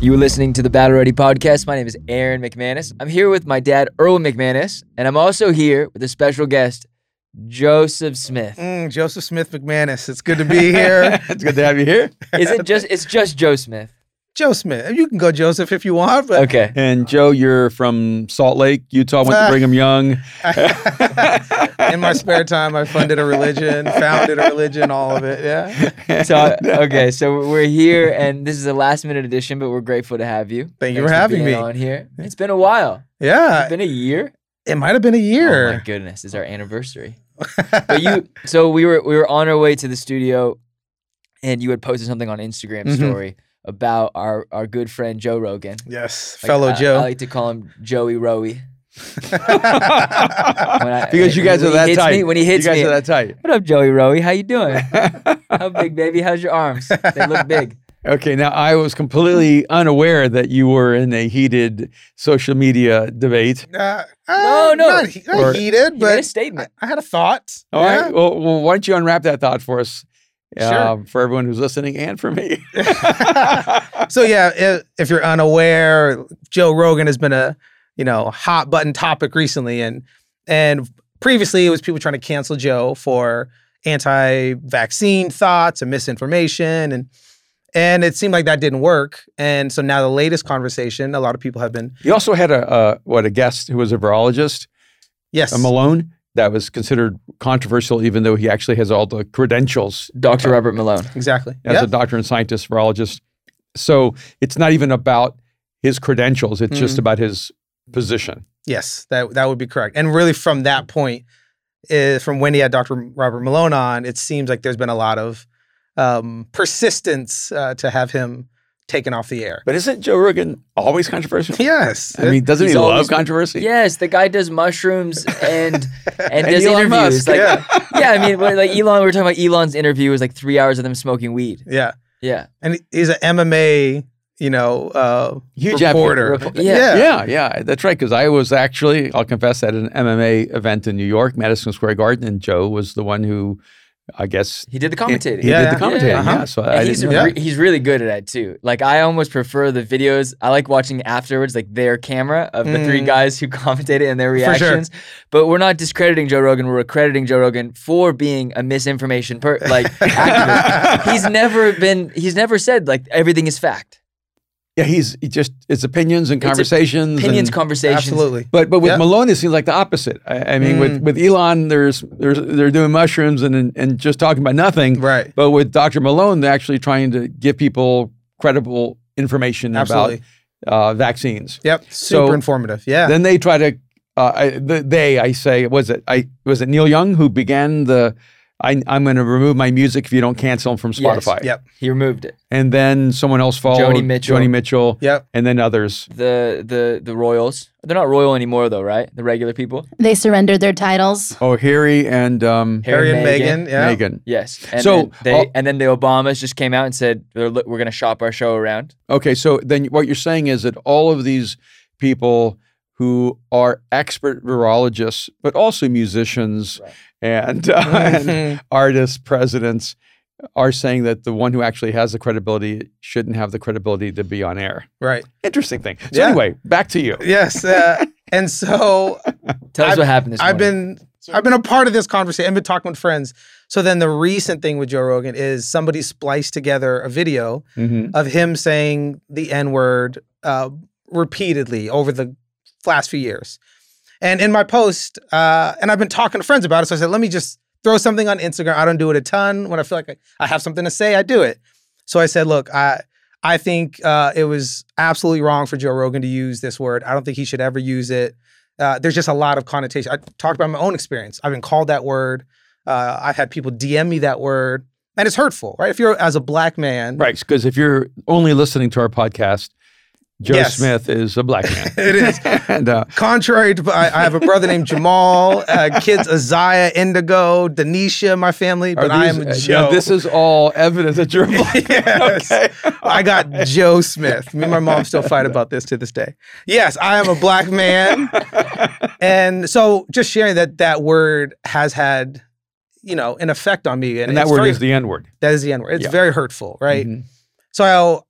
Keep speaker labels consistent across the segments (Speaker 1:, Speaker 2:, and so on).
Speaker 1: You are listening to the Battle Ready podcast. My name is Aaron McManus. I'm here with my dad, Earl McManus, and I'm also here with a special guest, Joseph Smith.
Speaker 2: Mm, Joseph Smith McManus. It's good to be here.
Speaker 3: it's good to have you here.
Speaker 1: Is it just? It's just Joe Smith.
Speaker 2: Joe Smith. You can go Joseph if you want, but
Speaker 1: Okay.
Speaker 3: And Joe, you're from Salt Lake, Utah. Went to Brigham Young.
Speaker 2: in Ah. my spare time, I funded a religion, founded a religion, all of it. Yeah.
Speaker 1: So
Speaker 3: uh,
Speaker 1: okay, so we're here, and this is a last minute edition, but we're grateful to have you.
Speaker 2: Thank you
Speaker 1: Thanks
Speaker 2: for having
Speaker 1: being
Speaker 2: me.
Speaker 1: on here. It's been a while. It's
Speaker 2: Yeah.
Speaker 1: been a year.
Speaker 2: It might have been a
Speaker 1: Oh my
Speaker 2: year.
Speaker 1: goodness, it's our anniversary. but you so we were we were on our way to the studio and you had posted something on Instagram
Speaker 2: Mhm.
Speaker 1: story about our our good friend Joe Rogan.
Speaker 2: yes.
Speaker 1: Like,
Speaker 2: fellow
Speaker 1: I- I
Speaker 2: Joe.
Speaker 1: like to call him Joey Rowie. When I-
Speaker 3: because you guys
Speaker 1: when
Speaker 3: are
Speaker 1: he
Speaker 3: that
Speaker 1: hits
Speaker 3: tight.
Speaker 1: Me, when he hits
Speaker 3: you guys
Speaker 1: me.
Speaker 3: are that tight.
Speaker 1: what up, Joey Rowie? How you doing? How big, baby? How's your arms? They look big.
Speaker 3: Okay, now I was completely unaware that you were in a heated social media debate.
Speaker 2: Uh, uh,
Speaker 1: No, no.
Speaker 2: Not, he- not
Speaker 3: Or-
Speaker 2: heated,
Speaker 1: You made a
Speaker 2: but I,
Speaker 1: statement.
Speaker 2: I had a thought.
Speaker 3: All right.
Speaker 2: yeah.
Speaker 3: Well, well, why don't you unwrap that thought for us? uh,
Speaker 2: Sure.
Speaker 3: for everyone who's listening and for me.
Speaker 2: So yeah, i- if you're unaware, Joe Rogan has been a you know hot button topic recently, and and previously it was people trying to cancel Joe for anti-vaccine thoughts and misinformation, and and it seemed like that didn't work, and so now the latest conversation, a lot of people have been
Speaker 3: you also had a, a what a guest who was a virologist,
Speaker 2: yes,
Speaker 3: a Malone, that was considered controversial, even though he actually has all the credentials
Speaker 1: Dr. Robert Malone.
Speaker 2: exactly,
Speaker 3: as
Speaker 2: yeah,
Speaker 3: a doctor and scientist, virologist. So it's not even about his credentials; it's just about his position.
Speaker 2: yes, that that would be correct, and really from that point, uh, from when he had Dr. Robert Malone on, it seems like there's been a lot of um, persistence uh, to have him taken off the air.
Speaker 3: But isn't Joe Rogan always controversial?
Speaker 2: Yes.
Speaker 3: I mean, doesn't
Speaker 1: He's
Speaker 3: he love
Speaker 1: always-
Speaker 3: controversy?
Speaker 1: Yes, the guy does mushrooms and and,
Speaker 3: And
Speaker 1: does
Speaker 3: Elon
Speaker 1: interviews.
Speaker 3: Musk,
Speaker 1: Like,
Speaker 2: yeah.
Speaker 1: yeah, I mean, we're- like Elon, we were talking about Elon's interview was like three hours of them smoking weed.
Speaker 2: yeah.
Speaker 1: Yeah,
Speaker 2: And he- he's an MMA, you know, uh,
Speaker 3: Huge
Speaker 2: reporter.
Speaker 3: advocate.
Speaker 1: Yeah.
Speaker 2: Yeah.
Speaker 3: Yeah, yeah, that's right. Because I was actually, I'll confess, at an MMA event in New York, Madison Square Garden, and Joe was the one who, I guess,
Speaker 1: he did the
Speaker 3: he-
Speaker 1: commentating.
Speaker 3: He
Speaker 2: Yeah,
Speaker 1: yeah,
Speaker 3: did the commentating. Yeah,
Speaker 2: uh-huh.
Speaker 3: so I
Speaker 1: And
Speaker 3: didn't
Speaker 1: he's
Speaker 3: know that.
Speaker 1: re- he's really good at that too. Like I almost prefer the videos. I like watching afterwards, like their camera of the three
Speaker 2: Mm.
Speaker 1: guys who commentated and their
Speaker 2: sure.
Speaker 1: reactions. But we're not discrediting Joe Rogan. We're accrediting Joe Rogan for being a misinformation per- like activist. he's never been. He's never said like everything is fact.
Speaker 3: Yeah, he's he just it's opinions and
Speaker 1: It's
Speaker 3: conversations.
Speaker 1: Opinions,
Speaker 3: and-
Speaker 1: conversations.
Speaker 2: Absolutely.
Speaker 3: But but with
Speaker 2: Yeah.
Speaker 3: Malone, it seems like the opposite. I, I mean, with,
Speaker 2: Mm.
Speaker 3: with Elon, there's, there's they're doing mushrooms and, and and just talking about nothing.
Speaker 2: Right.
Speaker 3: But with Dr. Malone, they're actually trying to give people credible information
Speaker 2: Absolutely.
Speaker 3: about uh, vaccines.
Speaker 2: Yep. Super
Speaker 3: So-
Speaker 2: informative. Yeah.
Speaker 3: Then they try to uh, I, the, they I say was it I was it Neil Young who began the I, I'm going to remove my music if you don't cancel from
Speaker 1: Yes.
Speaker 3: Spotify.
Speaker 2: Yep.
Speaker 1: He removed it.
Speaker 3: And then someone else followed
Speaker 1: Mitchell.
Speaker 3: Joni Mitchell
Speaker 2: Yep.
Speaker 3: and then others.
Speaker 1: The the the royals. They're not royal anymore though, right? The regular people.
Speaker 4: They surrendered their titles.
Speaker 3: Oh, Harry and um,
Speaker 2: Harry and
Speaker 1: Meghan.
Speaker 2: Megan. Yeah.
Speaker 3: Megan.
Speaker 1: Yes. And
Speaker 3: So,
Speaker 1: then they
Speaker 3: all-
Speaker 1: and then the Obamas just came out and said "We're- we're going to shop our show around.
Speaker 3: Okay, so then what you're saying is that all of these people who are expert virologists, but also musicians
Speaker 1: Right.
Speaker 3: and, uh, and
Speaker 2: Mhm.
Speaker 3: artists, presidents, are saying that the one who actually has the credibility shouldn't have the credibility to be on air.
Speaker 2: Right.
Speaker 3: Interesting thing. So
Speaker 2: Yeah.
Speaker 3: anyway, back to you.
Speaker 2: Yes. Uh, and so
Speaker 1: Tell us
Speaker 2: I've-
Speaker 1: what happened this
Speaker 2: I've
Speaker 1: morning.
Speaker 2: been I've been a part of this conversation. I've been talking with friends. So then the recent thing with Joe Rogan is somebody spliced together a video
Speaker 3: Mhm.
Speaker 2: of him saying the N word uh, repeatedly over the last few years. And in my post, uh, and I've been talking to friends about it, so I said, let me just throw something on Instagram. I don't do it a ton. When I feel like I, I have something to say, I do it. So I said, look, I I think uh, it was absolutely wrong for Joe Rogan to use this word. I don't think he should ever use it. Uh, there's just a lot of connotation. I talked about my own experience. I've been called that word. Uh, I've had people DM me that word, and it's hurtful, right? If you're as a black man,
Speaker 3: Right, because if you're only listening to our podcast, Joe
Speaker 2: Yes.
Speaker 3: Smith is a black man.
Speaker 2: It is.
Speaker 3: and uh,
Speaker 2: Contrary to, I, I have a brother named Jamal, uh, kids Isaiah, Indigo, Denisha, my family,
Speaker 3: are
Speaker 2: but I am
Speaker 3: these- uh,
Speaker 2: Joe.
Speaker 3: now, this is all evidence that you're a black man.
Speaker 2: Yes.
Speaker 3: Okay.
Speaker 2: I got Joe Smith. Me and my mom still fight about this to this day. Yes, I am a black man. and so just sharing that that word has had, you know, an effect on me.
Speaker 3: And that
Speaker 2: it's
Speaker 3: word Mm-hmm.
Speaker 2: very-
Speaker 3: is the N word.
Speaker 2: that is the N word. It's
Speaker 3: Yeah.
Speaker 2: very hurtful, right?
Speaker 3: Mhm.
Speaker 2: So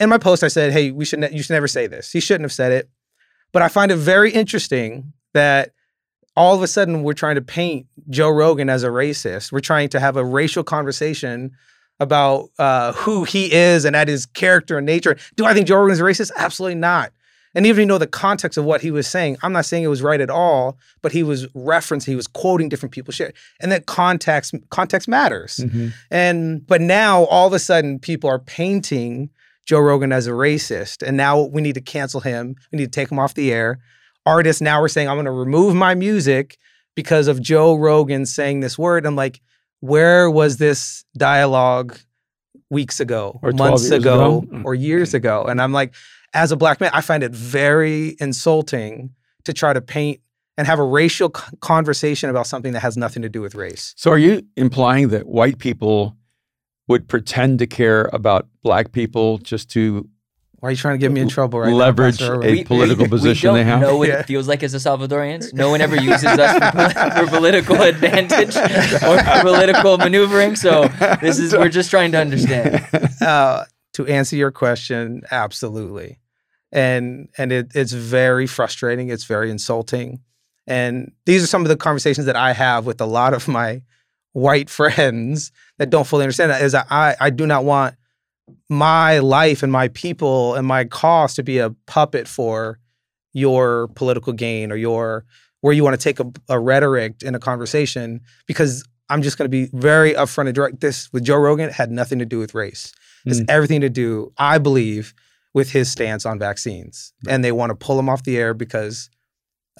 Speaker 2: in my post, I said, "Hey, we should ne- you should never say this. He shouldn't have said it." But I find it very interesting that all of a sudden we're trying to paint Joe Rogan as a racist. We're trying to have a racial conversation about uh, who he is and at his character and nature. Do I think Joe Rogan is racist? Absolutely not. And even if you know the context of what he was saying, I'm not saying it was right at all, but he was referencing, he was quoting different people's shit. And that context context matters.
Speaker 3: Mm-hmm.
Speaker 2: And but now all of a sudden people are painting Joe Rogan as a racist. And now we need to cancel him. We need to take him off the air. Artists now are saying, I'm gonna remove my music because of Joe Rogan saying this word. I'm like, where was this dialogue weeks ago,
Speaker 5: Or 12
Speaker 2: months
Speaker 5: years
Speaker 2: ago,
Speaker 5: ago? Mm,
Speaker 2: or years ago? And I'm like, as a black man, I find it very insulting to try to paint and have a racial c- conversation about something that has nothing to do with race.
Speaker 3: So are you implying that white people would pretend to care about black people just to
Speaker 2: Why are you trying to get me in trouble right
Speaker 3: leverage
Speaker 2: now? Pastor
Speaker 3: a
Speaker 2: Irwin?
Speaker 3: political position
Speaker 1: we don't
Speaker 3: they have?
Speaker 1: know what
Speaker 2: Yeah.
Speaker 1: it feels like as a Salvadorians. No one ever uses us for, for political advantage or for political maneuvering. So this is we're just trying to understand.
Speaker 2: uh, to answer your question, absolutely. And and it, it's very frustrating. It's very insulting. And these are some of the conversations that I have with a lot of my white friends that don't fully understand that is that I, I do not want my life and my people and my cause to be a puppet for your political gain or your where you want to take a, a rhetoric in a conversation because I'm just going to be very upfront and direct. This with Joe Rogan had nothing to do with race. It's everything to do, I believe, with his stance on vaccines. And they want to pull him off the air because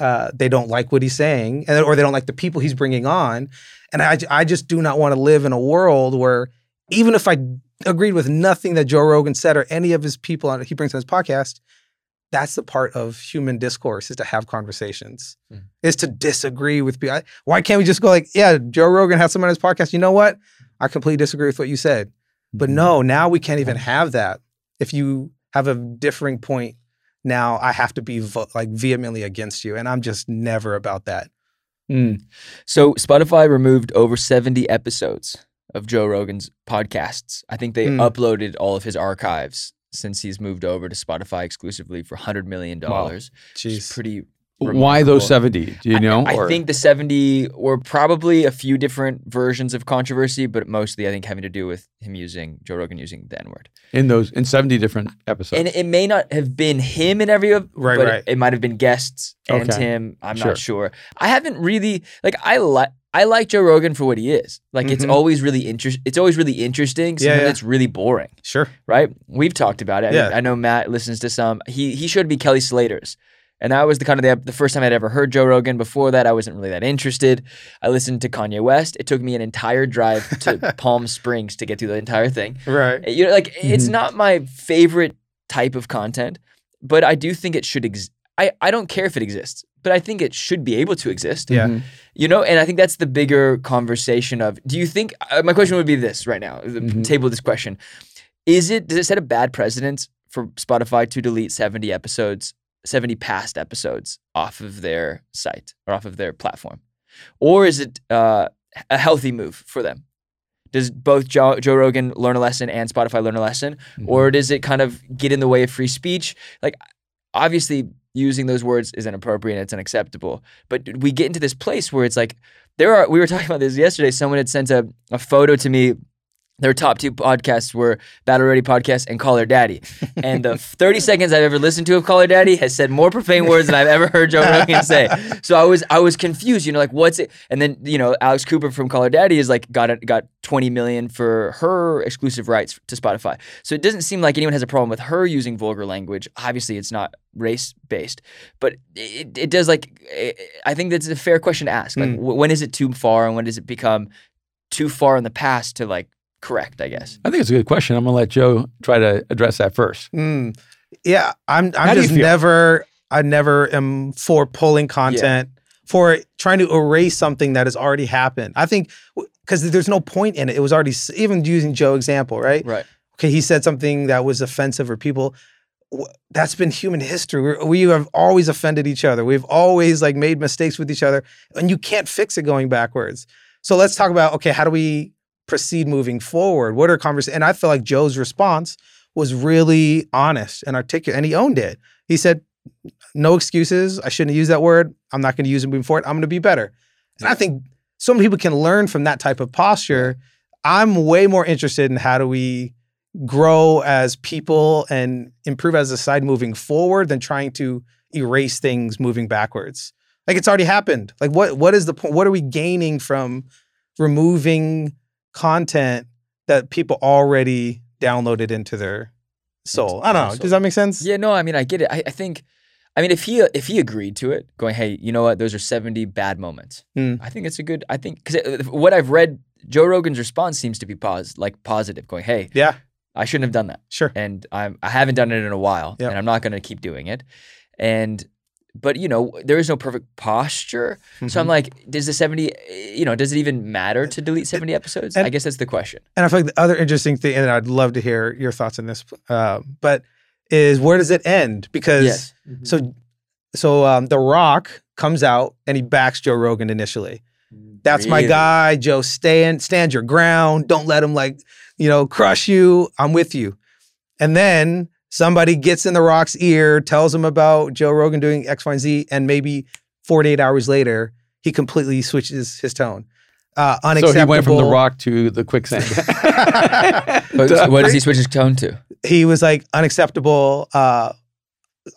Speaker 2: uh, they don't like what he's saying and, or they don't like the people he's bringing on. And I, I just do not want to live in a world where even if I agreed with nothing that Joe Rogan said or any of his people on he brings on his podcast, that's the part of human discourse is to have conversations,
Speaker 1: Mm.
Speaker 2: is to disagree with people. I- Why can't we just go like, yeah, Joe Rogan had someone on his podcast. You know what? I completely disagree with what you said.
Speaker 3: Mm-hmm.
Speaker 2: But no, now we can't even have that. If you have a differing point, now I have to be vo- like vehemently against you, and I'm just never about that.
Speaker 1: Mm. So Spotify removed over 70 episodes of Joe Rogan's podcasts. I think they
Speaker 2: Mm.
Speaker 1: uploaded all of his archives since he's moved over to Spotify exclusively for 100 million dollars.
Speaker 2: Jeez,
Speaker 1: pretty
Speaker 3: Why those
Speaker 1: remarkable.
Speaker 3: 70? Do you know?
Speaker 1: I, I
Speaker 3: Or-
Speaker 1: think the 70 were probably a few different versions of controversy, but mostly I think having to do with him using Joe Rogan using the N word.
Speaker 3: in those in 70 different episodes.
Speaker 1: And it may not have been him in every of
Speaker 2: Right,
Speaker 1: but
Speaker 2: right.
Speaker 1: It, might have been guests and
Speaker 3: Okay.
Speaker 1: him. I'm
Speaker 3: Sure.
Speaker 1: not sure. I haven't really like I like I like Joe Rogan for what he is. Like it's
Speaker 2: Mhm.
Speaker 1: always really interest it's always really interesting.
Speaker 2: Yeah,
Speaker 1: Sometimes
Speaker 2: yeah.
Speaker 1: it's really boring,
Speaker 2: sure.
Speaker 1: right? We've talked about it. I-
Speaker 2: Yeah.
Speaker 1: I, know Matt listens to some. He he showed me Kelly Slater's. And that was the kind of the, the first time I'd ever heard Joe Rogan. Before that, I wasn't really that interested. I listened to Kanye West. It took me an entire drive to Palm Springs to get through the entire thing. Eh,
Speaker 2: Right.
Speaker 1: You know, like it's not my favorite type of content, but I do think it should exist. I, I don't care if it exists, but I think it should be able to exist.
Speaker 2: Yeah.
Speaker 3: Mhm.
Speaker 1: You know, and I think that's the bigger conversation of do you think, uh, my question would be this right now, the
Speaker 3: Mhm.
Speaker 1: table this question. Is it, does it set a bad precedent for Spotify to delete 70 episodes, 70 past episodes off of their site or off of their platform? Or is it uh, a healthy move for them? Does both Joe, Joe Rogan learn a lesson and Spotify learn a lesson? Or does it kind of get in the way of free speech? Like, obviously, using those words is inappropriate, it's unacceptable. But we get into this place where it's like, there are, we were talking about this yesterday. Someone had sent a, a photo to me. Their top two podcasts were Battle Ready Podcast and Call Her Daddy. And the 30 seconds I've ever listened to of Call Her Daddy has said more profane words than I've ever heard Joe Rogan say. So I was I was confused, you know, like what's it? And then you know, Alex Cooper from Call Her Daddy is like got it, got 20 million for her exclusive rights to Spotify. So it doesn't seem like anyone has a problem with her using vulgar language. Obviously, it's not race based, but it, it does like eh, I think that's a fair question to ask. Like,
Speaker 2: Mm.
Speaker 1: wh- when is it too far, and when does it become too far in the past to like correct? I guess.
Speaker 3: I think it's a good question. I'm going to let Joe try to address that first.
Speaker 2: Mm. Yeah, I'm.
Speaker 3: How
Speaker 2: I'm
Speaker 3: do you
Speaker 2: just
Speaker 3: feel?
Speaker 2: never. I never am for pulling content for trying to erase something that has already happened. I think because there's no point in it. It was already s- even using Joe example, right?
Speaker 1: Right.
Speaker 2: okay, he said something that was offensive or people. wh- That's been human history. We're, we have always offended each other. We've always like made mistakes with each other, and you can't fix it going backwards. So let's talk about okay, how do we proceed moving forward? What are conversations? And I feel like Joe's response was really honest and articulate, and he owned it. He said, "No excuses. I shouldn't have used that word. I'm not going to use it moving forward. I'm going to be better." And I think so many people can learn from that type of posture. I'm way more interested in how do we grow as people and improve as a society moving forward than trying to erase things moving backwards. Like it's already happened. Like what what is the point? What are we gaining from removing content that people already downloaded into their soul? I don't know. Does that make sense?
Speaker 1: Yeah, no, I mean, I get it. I, I think, I mean, if he if he agreed to it, going, hey, you know what? Those are seventy bad moments.
Speaker 2: Hmm.
Speaker 1: I think it's a good. I think because what I've read, Joe Rogan's response seems to be pos like positive, going, hey,
Speaker 2: Yeah,
Speaker 1: I shouldn't have done that,
Speaker 2: sure.
Speaker 1: and I'm I haven't done it in a while,
Speaker 2: Yep.
Speaker 1: and I'm not going to keep doing it, and. But you know, there is no perfect posture. So I'm
Speaker 2: Mm-hmm.
Speaker 1: like, does the 70, you know, does it even matter to delete 70 episodes?
Speaker 2: and-
Speaker 1: I guess that's the question.
Speaker 2: And I feel like the other interesting thing, and I'd love to hear your thoughts on this, uh, but is where does it end? Because
Speaker 1: Yes.
Speaker 2: so so um, The Rock comes out and he backs Joe Rogan initially. That's my
Speaker 1: Really?
Speaker 2: guy, Joe. Stand stand your ground. Don't let him like you know crush you. I'm with you. And then somebody gets in The Rock's ear, tells him about Joe Rogan doing X, Y, and Z, and maybe 48 hours later, he completely switches his tone. Uh,
Speaker 3: So
Speaker 2: unacceptable.
Speaker 3: he went from the rock to the quicksand.
Speaker 1: But what does he switch his tone to?
Speaker 2: he was like unacceptable. Uh,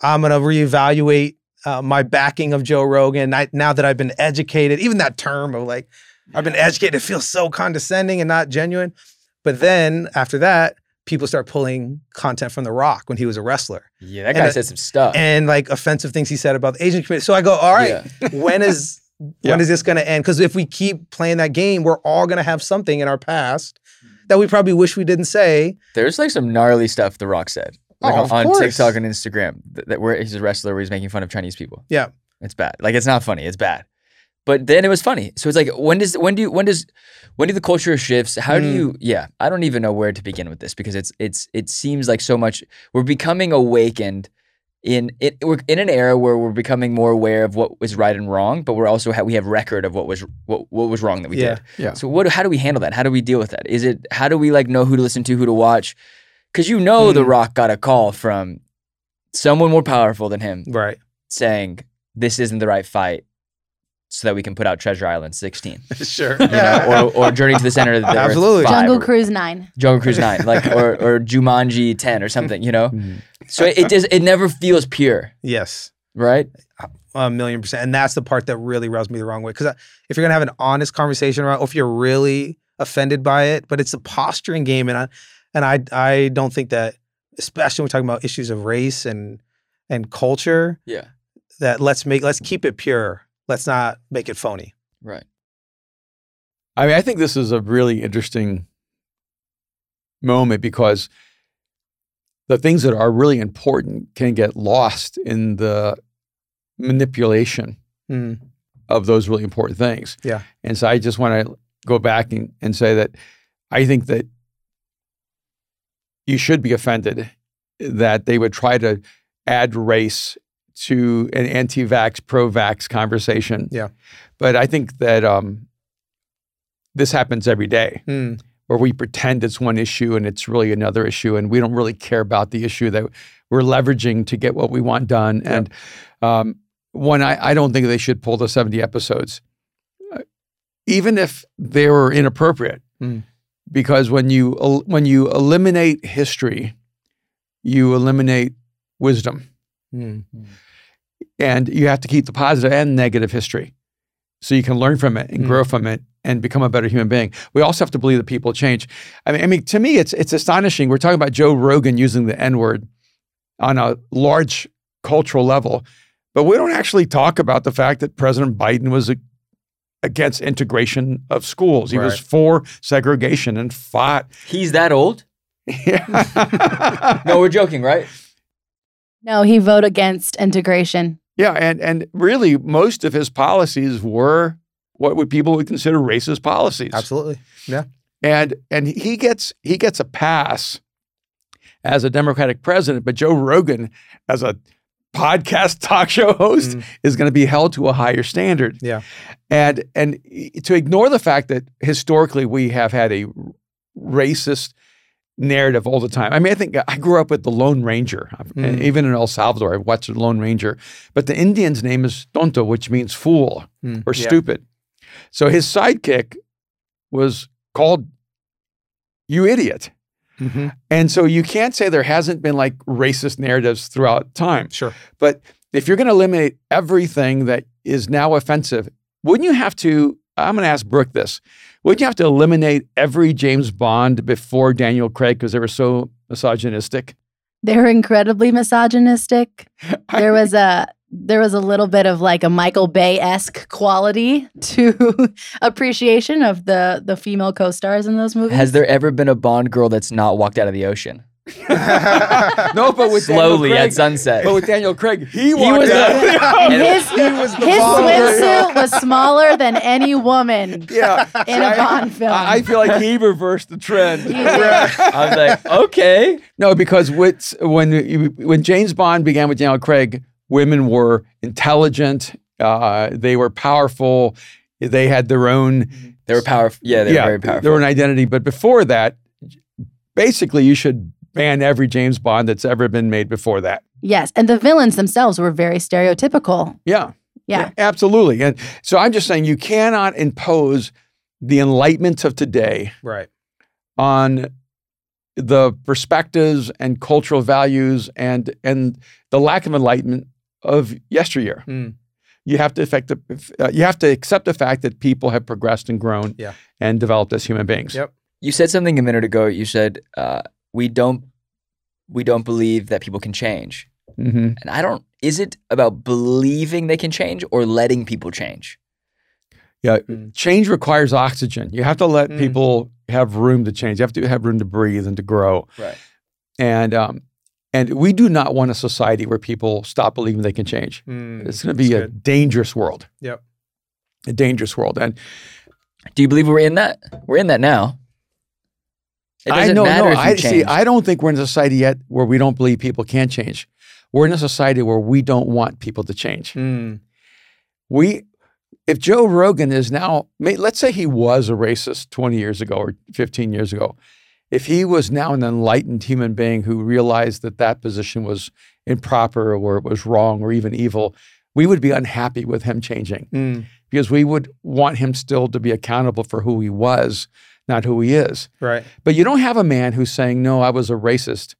Speaker 2: I'm gonna reevaluate uh, my backing of Joe Rogan I, now that I've been educated. Even that term of like, I've been educated. It feels so condescending and not genuine. But then after that, people start pulling content from The Rock when he was a wrestler
Speaker 1: Yeah, that
Speaker 2: And
Speaker 1: guy
Speaker 2: it-
Speaker 1: said some stuff.
Speaker 2: and like offensive things he said about the Asian community. So I go, all right,
Speaker 1: Yeah.
Speaker 2: when is
Speaker 3: Yeah.
Speaker 2: when is this going to end? Because if we keep playing that game, we're all going to have something in our past that we probably wish we didn't say.
Speaker 1: There's like some gnarly stuff The Rock said like,
Speaker 2: Oh, of
Speaker 1: on
Speaker 2: course.
Speaker 1: TikTok and Instagram th- that where he's a wrestler where he's making fun of Chinese people.
Speaker 2: Yeah.
Speaker 1: it's bad. Like it's not funny. It's bad. But then it was funny. So it's like when does when do you, when does when do the culture shifts? How do
Speaker 2: Mm.
Speaker 1: you? Yeah, I don't even know where to begin with this because it's it's it seems like so much. We're becoming awakened. In it, we're in an era where we're becoming more aware of what was right and wrong, but we're also ha- we have record of what was what, what was wrong that we
Speaker 2: Yeah.
Speaker 1: did.
Speaker 3: Yeah.
Speaker 1: So what? How do we handle that? How do we deal with that? Is it how do we like know who to listen to, who to watch? Because you know, The
Speaker 2: Hmm.
Speaker 1: Rock got a call from someone more powerful than him
Speaker 2: Right.
Speaker 1: saying this isn't the right fight, so that we can put out Treasure Island 16,
Speaker 2: sure.
Speaker 1: you know, or, or Journey to the Center of the Earth
Speaker 2: Absolutely.
Speaker 1: 5,
Speaker 4: Jungle
Speaker 1: or
Speaker 4: Cruise 9.
Speaker 1: Jungle Cruise 9, like or or Jumanji 10 or something, you know.
Speaker 3: Mhm.
Speaker 1: So it, it does. It never feels pure,
Speaker 2: yes.
Speaker 1: right?
Speaker 2: A million percent. And that's the part that really rubs me the wrong way. Because if you're going to have an honest conversation around, or if you're really offended by it, but it's a posturing game. And I, and I, I don't think that, especially when we're talking about issues of race and, and culture,
Speaker 1: Yeah.
Speaker 2: that let's make, let's keep it pure. Let's not make it phony.
Speaker 1: Right.
Speaker 3: I mean, I think this is a really interesting moment because the things that are really important can get lost in the manipulation
Speaker 2: Mm.
Speaker 3: of those really important things.
Speaker 2: Yeah.
Speaker 3: And so I just want to go back and, and say that I think that you should be offended that they would try to add race to an anti vax, pro vax conversation.
Speaker 2: Yeah.
Speaker 3: But I think that um, this happens every day
Speaker 2: Mm.
Speaker 3: where we pretend it's one issue and it's really another issue, and we don't really care about the issue that we're leveraging to get what we want done.
Speaker 2: Yeah.
Speaker 3: And um, one, I, I don't think they should pull the 70 episodes, uh, even if they were inappropriate,
Speaker 2: Mm.
Speaker 3: because when you el- when you eliminate history, you eliminate wisdom,
Speaker 2: Mm.
Speaker 3: and you have to keep the positive and negative history, so you can learn from it and
Speaker 2: Mm.
Speaker 3: grow from it. And become a better human being. We also have to believe that people change. I mean, I mean, to me, it's it's astonishing. We're talking about Joe Rogan using the N word on a large cultural level, but we don't actually talk about the fact that President Biden was a, against integration of schools. He was
Speaker 2: Right.
Speaker 3: for segregation and fought.
Speaker 1: He's that old?
Speaker 3: Yeah.
Speaker 1: No, we're joking, right?
Speaker 4: No, he voted against integration.
Speaker 3: yeah, and and really, most of his policies were what would people would consider racist policies.
Speaker 2: Absolutely.
Speaker 3: and and he gets he gets a pass as a Democratic president, but Joe Rogan as a podcast talk show host
Speaker 2: Mm.
Speaker 3: is going to be held to a higher standard.
Speaker 2: Yeah.
Speaker 3: and and to ignore the fact that historically we have had a racist narrative all the time. I mean, I think I grew up with the Lone Ranger, eh,
Speaker 2: Mm.
Speaker 3: even in El Salvador. I watched the Lone Ranger, but the Indian's name is Tonto, which means fool
Speaker 2: Mm.
Speaker 3: or
Speaker 1: Yeah.
Speaker 3: stupid. So his sidekick was called you idiot.
Speaker 2: Mhm.
Speaker 3: And so you can't say there hasn't been like racist narratives throughout time.
Speaker 2: Sure.
Speaker 3: But if you're going to eliminate everything that is now offensive, wouldn't you have to? I'm going to ask Brooke this. Wouldn't you have to eliminate every James Bond before Daniel Craig because they were so misogynistic?
Speaker 4: They were incredibly misogynistic. There was a there was a little bit of like a Michael Bay esque quality to appreciation of the the female co stars in those movies.
Speaker 1: Has there ever been a Bond girl that's not walked out of the ocean?
Speaker 3: no, but with
Speaker 1: Slowly
Speaker 3: Daniel
Speaker 1: at
Speaker 3: Craig,
Speaker 1: sunset.
Speaker 3: but with Daniel Craig, he, walked
Speaker 1: was
Speaker 3: out.
Speaker 1: the-
Speaker 4: And his
Speaker 2: He was the
Speaker 4: his
Speaker 2: bomb.
Speaker 4: swimsuit was smaller than any woman
Speaker 3: yeah,
Speaker 4: in a
Speaker 3: I-
Speaker 4: Bond film.
Speaker 3: I, I feel like he reversed the trend.
Speaker 4: He did.
Speaker 1: I was like, okay.
Speaker 3: No, because with, when you, when James Bond began with Daniel Craig, women were intelligent. Uh, they were powerful. They had their own.
Speaker 1: They were powerful. Yeah, they were very
Speaker 3: They
Speaker 1: powerful.
Speaker 3: were an identity. But before that, basically, you should ban every James Bond that's ever been made before that.
Speaker 4: yes, and the villains themselves were very stereotypical.
Speaker 3: Yeah.
Speaker 4: Yeah.
Speaker 3: Absolutely. And so I'm just saying you cannot impose the enlightenment of today
Speaker 2: Right.
Speaker 3: on the perspectives and cultural values and and the lack of enlightenment of yesteryear.
Speaker 2: Mm.
Speaker 3: You have to affect the, uh, you have to accept the fact that people have progressed and grown
Speaker 2: Yeah.
Speaker 3: and developed as human beings.
Speaker 2: Yep.
Speaker 1: You said something a minute ago. You said uh, we don't we don't believe that people can change,
Speaker 3: Mhm.
Speaker 1: and I don't. Is it about believing they can change or letting people change?
Speaker 3: Change requires oxygen. You have to let
Speaker 2: Mm.
Speaker 3: people have room to change. You have to have room to breathe and to grow.
Speaker 1: Right.
Speaker 3: And um, and we do not want a society where people stop believing they can change.
Speaker 2: Mm.
Speaker 3: It's going to be
Speaker 2: That's
Speaker 3: a dangerous world.
Speaker 2: Yep.
Speaker 3: A dangerous world. And
Speaker 1: Do you believe we're in that? We're in that now. It doesn't
Speaker 3: I know,
Speaker 1: matter
Speaker 3: no,
Speaker 1: if you
Speaker 3: I see.
Speaker 1: change.
Speaker 3: I don't think we're in a society yet where we don't believe people can change. We're in a society where we don't want people to change.
Speaker 1: Hmm.
Speaker 2: Mm.
Speaker 3: We, if Joe Rogan is now, may- let's say he was a racist 20 years ago or 15 years ago, if he was now an enlightened human being who realized that that position was improper or it was wrong or even evil, we would be unhappy with him changing.
Speaker 2: Mm.
Speaker 3: because we would want him still to be accountable for who he was, not who he is.
Speaker 2: Right.
Speaker 3: But you don't have a man who's saying, "No, I was a racist,"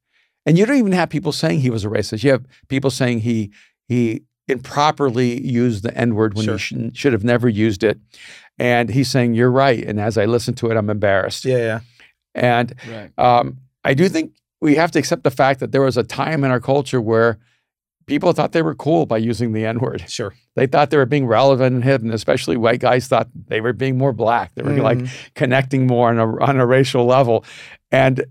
Speaker 3: and you don't even have people saying he was a racist. You have people saying he he improperly used the N word when
Speaker 2: Sure.
Speaker 3: he shouldn't- should have never used it, and he's saying, "You're right." And as I listen to it, I'm embarrassed.
Speaker 2: Yeah. Yeah.
Speaker 3: And
Speaker 1: right.
Speaker 3: um, I do think we have to accept the fact that there was a time in our culture where people thought they were cool by using the N word.
Speaker 2: Sure.
Speaker 3: They thought they were being relevant and hidden, especially white guys thought they were being more black. They were like
Speaker 2: Mm.
Speaker 3: connecting more on a, on a racial level. And,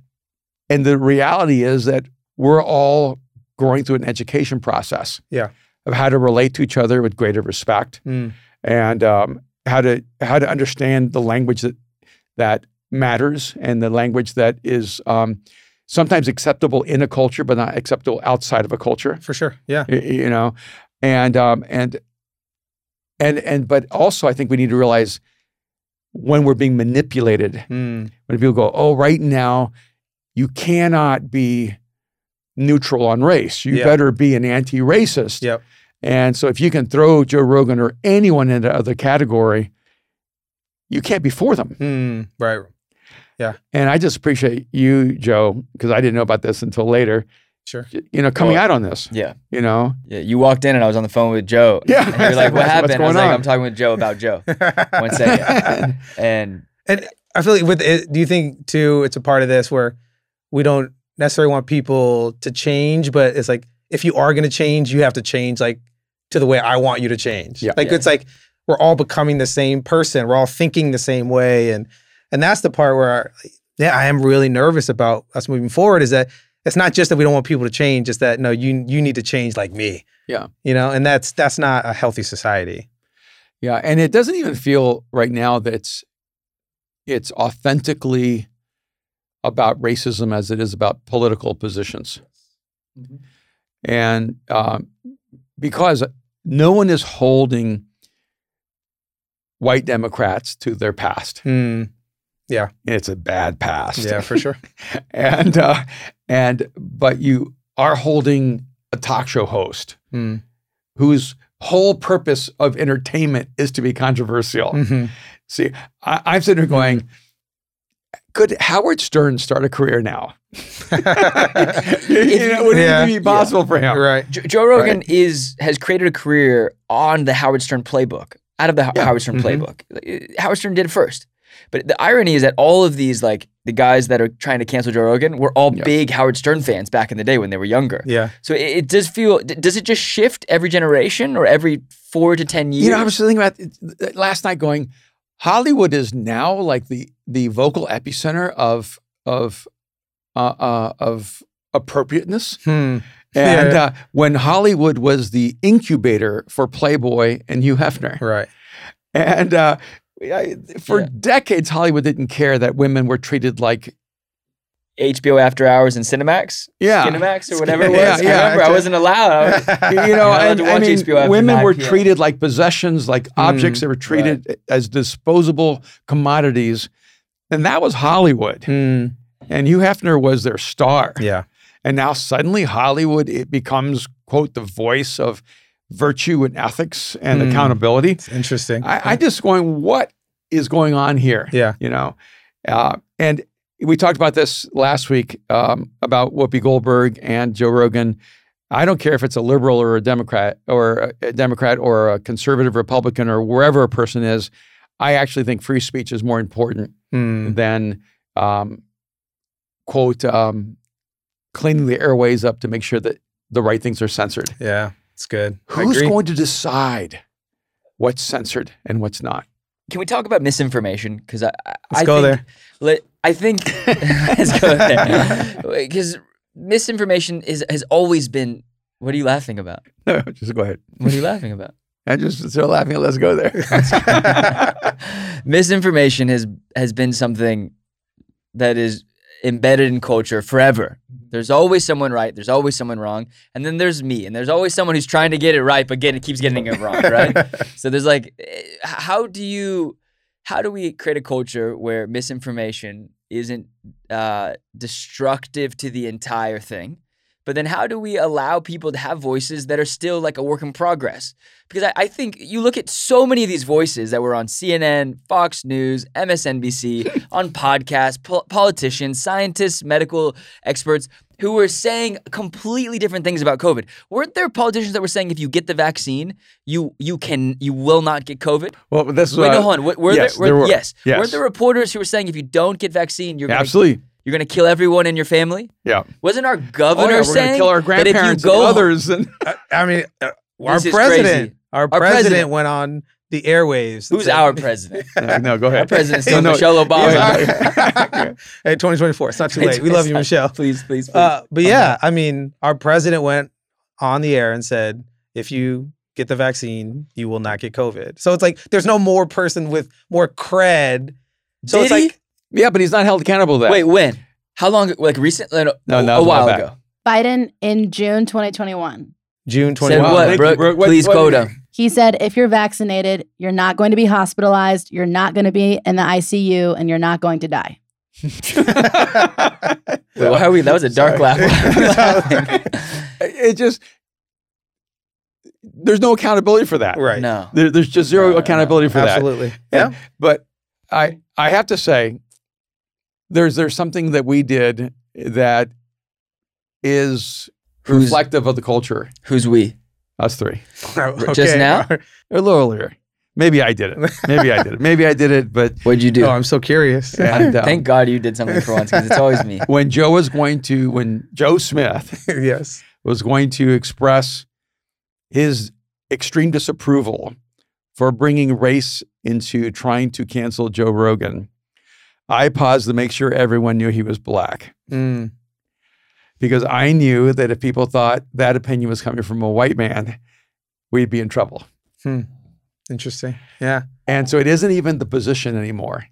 Speaker 3: and the reality is that we're all going through an education process
Speaker 2: Yeah.
Speaker 3: of how to relate to each other with greater respect
Speaker 2: Mm.
Speaker 3: and um, how to how to understand the language that that matters and the language that is um, sometimes acceptable in a culture but not acceptable outside of a culture
Speaker 2: For sure. Yeah.
Speaker 3: y- you know and um, and and and but also I think we need to realize when we're being manipulated
Speaker 2: Mm.
Speaker 3: when people go oh right now you cannot be neutral on race you
Speaker 2: Yeah.
Speaker 3: better be an anti-racist
Speaker 2: Yep.
Speaker 3: and so if you can throw Joe Rogan or anyone into other category, you can't be for them.
Speaker 2: Mm. Right.
Speaker 3: And I just appreciate you, Joe, because I didn't know about this until later.
Speaker 2: Sure.
Speaker 3: You know, coming
Speaker 1: Well,
Speaker 3: out on this.
Speaker 1: yeah.
Speaker 3: You know.
Speaker 1: Yeah, you walked in and I was on the phone with Joe.
Speaker 3: Yeah.
Speaker 1: And you're like, what
Speaker 3: What's
Speaker 1: happened? I was
Speaker 3: going
Speaker 1: like,
Speaker 3: on?
Speaker 1: I'm talking with Joe about Joe.
Speaker 2: One
Speaker 1: second. And
Speaker 2: I feel like with it, do you think too? It's a part of this where we don't necessarily want people to change, but it's like if you are going to change, you have to change like to the way I want you to change.
Speaker 3: Yeah.
Speaker 2: Like
Speaker 1: Yeah.
Speaker 2: it's like we're all becoming the same person. We're all thinking the same way, and and that's the part where yeah, I am really nervous about us moving forward. Is that it's not just that we don't want people to change; it's that no, you you need to change like me.
Speaker 3: Yeah.
Speaker 2: you know, and that's that's not a healthy society.
Speaker 3: Yeah. And it doesn't even feel right now that it's it's authentically about racism as it is about political positions. And um, because no one is holding white Democrats to their past.
Speaker 2: Mm. Yeah.
Speaker 3: It's a bad past.
Speaker 2: Yeah, for sure.
Speaker 3: And uh, and but you are holding a talk show host
Speaker 2: Mm.
Speaker 3: whose whole purpose of entertainment is to be controversial.
Speaker 2: Mhm.
Speaker 3: See, I, I'm sitting here going, could Howard Stern start a career now? you know, would
Speaker 2: Yeah.
Speaker 3: it even be possible for him?
Speaker 2: Right.
Speaker 1: Jo- Joe Rogan is has created a career on the Howard Stern playbook, out of the Ho-
Speaker 3: Yeah. Mm-hmm.
Speaker 1: Howard Stern
Speaker 2: Mhm.
Speaker 1: playbook. Like, uh, Howard Stern did it first. But the irony is that all of these, like the guys that are trying to cancel Joe Rogan, were all
Speaker 3: Yeah.
Speaker 1: big Howard Stern fans back in the day when they were younger.
Speaker 2: Yeah.
Speaker 1: So it, it does feel. d- Does it just shift every generation or every four to ten years?
Speaker 3: You know, I was thinking about it th- last night going, Hollywood is now like the the vocal epicenter of of uh, uh, of appropriateness.
Speaker 2: Hmm. Yeah.
Speaker 3: And uh, when Hollywood was the incubator for Playboy and Hugh Hefner.
Speaker 2: Right.
Speaker 3: And uh, I- for
Speaker 1: Yeah.
Speaker 3: decades, Hollywood didn't care that women were treated like,
Speaker 1: HBO After Hours and Cinemax,
Speaker 3: yeah.
Speaker 1: Cinemax or whatever it was.
Speaker 3: Yeah, yeah,
Speaker 1: I remember I
Speaker 2: okay.
Speaker 1: wasn't allowed. I was-
Speaker 3: Uh, you know,
Speaker 1: You're not allowed
Speaker 3: and,
Speaker 1: to
Speaker 3: I
Speaker 1: watch
Speaker 3: mean,
Speaker 1: HBO after
Speaker 3: women
Speaker 1: 9
Speaker 3: were
Speaker 1: PM.
Speaker 3: treated like possessions, like objects. They were treated as disposable commodities, and that was Hollywood.
Speaker 2: Hmm.
Speaker 3: And Hugh Hefner was their star.
Speaker 2: Yeah.
Speaker 3: And now suddenly, Hollywood it becomes quote the voice of virtue and ethics and
Speaker 2: Mm.
Speaker 3: accountability.
Speaker 2: It's interesting.
Speaker 3: I, I just going, what is going on here?
Speaker 2: Yeah.
Speaker 3: you know, uh, and we talked about this last week um, about Whoopi Goldberg and Joe Rogan. I don't care if it's a liberal or a Democrat or a Democrat or a conservative Republican or wherever a person is. I actually think free speech is more important Mm.
Speaker 2: Hmm.
Speaker 3: than um, quote um, cleaning the airways up to make sure that the right things are censored.
Speaker 2: Yeah. It's good. I
Speaker 3: Who's
Speaker 2: agree.
Speaker 3: going to decide what's censored and what's not?
Speaker 1: Can we talk about misinformation? Because I, I
Speaker 2: Let's
Speaker 1: I
Speaker 2: go
Speaker 1: think-
Speaker 2: there.
Speaker 1: Let, I think let's go there because misinformation is has always been. What are you laughing about?
Speaker 3: just go ahead.
Speaker 1: What are you laughing about?
Speaker 3: I just still laughing. Let's go there.
Speaker 1: misinformation has has been something that is embedded in culture forever. There's always someone right. There's always someone wrong, and then there's me, and there's always someone who's trying to get it right but get, keeps getting it wrong, right? so there's like, eh, h- how do you, how do we create a culture where misinformation isn't uh, destructive to the entire thing? But then, how do we allow people to have voices that are still like a work in progress? Because I, I think you look at so many of these voices that were on CNN, Fox News, MSNBC, on podcasts, pol- politicians, scientists, medical experts who were saying completely different things about COVID. Weren't there politicians that were saying if you get the vaccine, you you can you will not get COVID?
Speaker 3: Well, this is
Speaker 1: Wait,
Speaker 3: what
Speaker 1: no,
Speaker 3: I-
Speaker 1: hold on. Were, were
Speaker 3: uh, yes,
Speaker 1: there,
Speaker 3: there were.
Speaker 1: yes.
Speaker 3: Yes.
Speaker 1: Weren't there reporters who were saying if you don't get vaccine, you're gonna,
Speaker 3: absolutely.
Speaker 1: you're going to kill everyone in your family?
Speaker 3: Yeah.
Speaker 1: Wasn't our
Speaker 3: Oh,
Speaker 1: governor
Speaker 3: yeah, we're
Speaker 1: saying
Speaker 3: gonna kill our
Speaker 1: that if you
Speaker 3: grandparents
Speaker 1: go
Speaker 3: and others, and
Speaker 2: I mean, uh, our
Speaker 1: is
Speaker 2: president,
Speaker 1: crazy.
Speaker 2: our president,
Speaker 1: president.
Speaker 2: went on the airwaves. and
Speaker 1: Who's
Speaker 2: said-
Speaker 1: our president?
Speaker 3: no, no, go ahead.
Speaker 1: Our president's still
Speaker 3: No, no.
Speaker 1: Michelle Obama.
Speaker 2: hey, 2024. It's not too late. We love you, Michelle.
Speaker 1: Please, please, please.
Speaker 2: Uh, but yeah, I mean, our president went on the air and said, if you get the vaccine, you will not get COVID. So it's like there's no more person with more cred. So
Speaker 1: Did
Speaker 2: it's
Speaker 1: he?
Speaker 2: like
Speaker 3: Yeah, but he's not held accountable. to That
Speaker 1: Wait, when? How long? Like recent? No,
Speaker 3: No,
Speaker 1: a, a
Speaker 3: that was a while
Speaker 1: while
Speaker 3: back.
Speaker 1: ago.
Speaker 4: Biden in June 2021.
Speaker 2: June
Speaker 1: Said
Speaker 2: 21.
Speaker 1: what,
Speaker 3: Thank
Speaker 1: bro?
Speaker 3: you, bro. What-
Speaker 1: please
Speaker 3: what-
Speaker 1: quote him.
Speaker 4: He said, if you're vaccinated, you're not going to be hospitalized, you're not going to be in the ICU, and you're not going to die.
Speaker 1: Wait, why are we? That was a dark laugh.
Speaker 3: Sorry.
Speaker 1: Why are we laughing?
Speaker 3: it just there's no accountability for that.
Speaker 2: Right.
Speaker 1: no.
Speaker 3: There, there's just zero
Speaker 1: No, no, no.
Speaker 3: accountability for that.
Speaker 2: Absolutely. Yeah.
Speaker 3: But I I have to say, there's there's something that we did that is
Speaker 1: Who's-
Speaker 3: reflective of the culture.
Speaker 1: Who's we?
Speaker 3: Us three.
Speaker 1: Just now?
Speaker 3: A little earlier. Maybe I did it. Maybe I did it. Maybe I did it. But
Speaker 1: What'd you do?
Speaker 2: Oh, I'm so curious.
Speaker 3: and, um,
Speaker 1: Thank God you did something for once because it's always me.
Speaker 3: when Joe was going to when Joe Smith
Speaker 2: yes.
Speaker 3: was going to express his extreme disapproval for bringing race into trying to cancel Joe Rogan, I paused to make sure everyone knew he was black
Speaker 2: Mm.
Speaker 3: because I knew that if people thought that opinion was coming from a white man, we'd be in trouble.
Speaker 2: Interesting. Yeah.
Speaker 3: And so it isn't even the position anymore.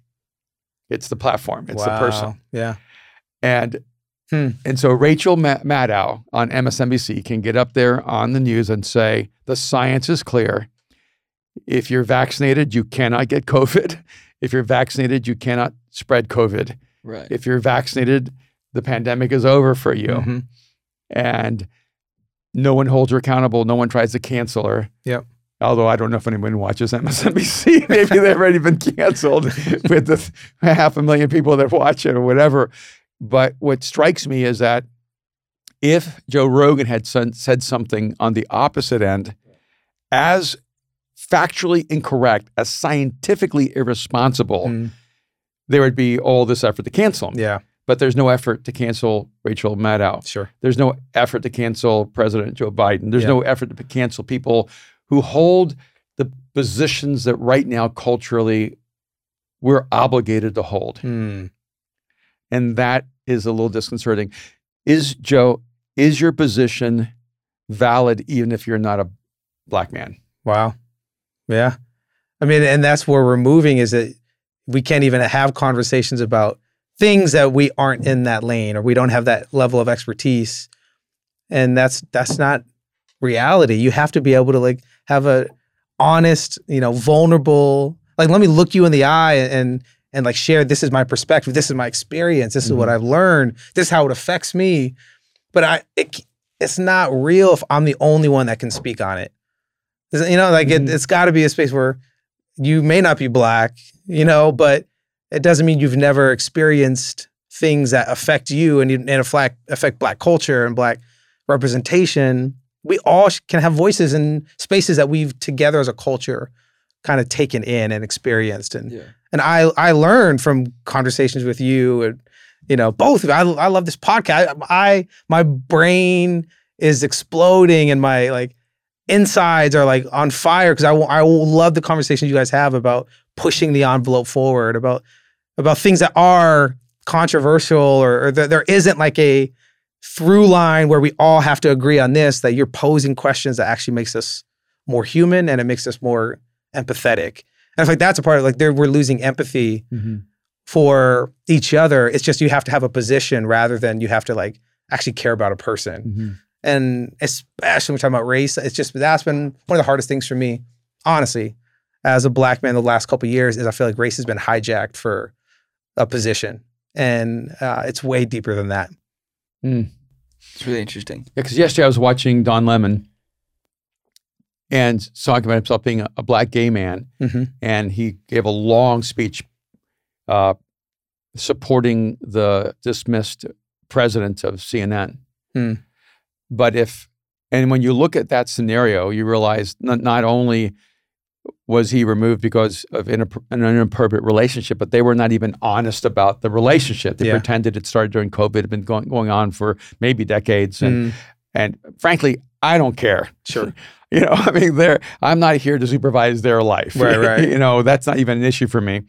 Speaker 3: It's the platform. It's the person.
Speaker 2: Wow. Yeah.
Speaker 3: And
Speaker 2: Hmm.
Speaker 3: and so Rachel Ma- Maddow on MSNBC can get up there on the news and say the science is clear. If you're vaccinated, you cannot get COVID. If you're vaccinated, you cannot spread COVID.
Speaker 1: Right.
Speaker 3: If you're vaccinated, the pandemic is over for you.
Speaker 2: Mhm.
Speaker 3: And no one holds her accountable. No one tries to cancel her.
Speaker 2: Yep.
Speaker 3: Although I don't know if anyone watches MSNBC. Maybe they've already been canceled with the th- half a million people that watch it or whatever. But what strikes me is that if Joe Rogan had son- said something on the opposite end, as factually incorrect, as scientifically irresponsible,
Speaker 2: Mm.
Speaker 3: there would be all this effort to cancel him.
Speaker 2: Yeah,
Speaker 3: But there's no effort to cancel Rachel Maddow.
Speaker 2: sure.
Speaker 3: There's no effort to cancel President Joe Biden. There's
Speaker 2: Yeah.
Speaker 3: no effort to p- cancel people who hold the positions that right now culturally we're obligated to hold.
Speaker 2: Mm.
Speaker 3: And that is a little disconcerting. Is Joe, is your position valid even if you're not a black man?
Speaker 2: Wow. Yeah. I mean, and that's where we're moving is that we can't even have conversations about things that we aren't in that lane or we don't have that level of expertise. And that's that's not reality. You have to be able to like have a honest, you know, vulnerable, like let me look you in the eye and and like share this is my perspective, this is my experience, this is what
Speaker 3: Mhm.
Speaker 2: I've learned, this is how it affects me. But I it, c- it's not real if I'm the only one that can speak on it. Is it- You know, like
Speaker 3: Mhm.
Speaker 2: it, it's got to be a space where you may not be black, you know, but it doesn't mean you've never experienced things that affect you and, and affect, affect black culture and black representation. We all sh- can have voices in spaces that we've together as a culture kind of taken in and experienced. And
Speaker 1: Yeah.
Speaker 2: and I I learned from conversations with you and you know both of you. I I love this podcast. I my brain is exploding and my like insides are like on fire because I will- I will love the conversations you guys have about pushing the envelope forward about about things that are controversial or, or that there isn't like a through line where we all have to agree on this that you're posing questions that actually makes us more human and it makes us more empathetic and I feel like that's a part of like there we're losing empathy for each other. It's just you have to have a position rather than you have to like actually care about a person. And especially when we're talking about race, it's just that's been one of the hardest things for me, honestly, as a black man the last couple of years is I feel like race has been hijacked for a position. And uh, it's way deeper than that.
Speaker 1: It's really interesting.
Speaker 3: Yeah, because yesterday I was watching Don Lemon and talking about himself being a, a black gay man,
Speaker 2: Mhm.
Speaker 3: and he gave a long speech uh, supporting the dismissed president of CNN.
Speaker 2: Hmm.
Speaker 3: But if and when you look at that scenario, you realize not, not only was he removed because of inappro- an inappropriate relationship, but they were not even honest about the relationship. They
Speaker 2: Yeah.
Speaker 3: pretended it started during COVID, had been going, going on for maybe decades, and
Speaker 2: Mm,
Speaker 3: and frankly, I don't care.
Speaker 2: sure.
Speaker 3: You know, I mean, they're, I'm not here to supervise their life.
Speaker 2: Right, right.
Speaker 3: you know, that's not even an issue for me.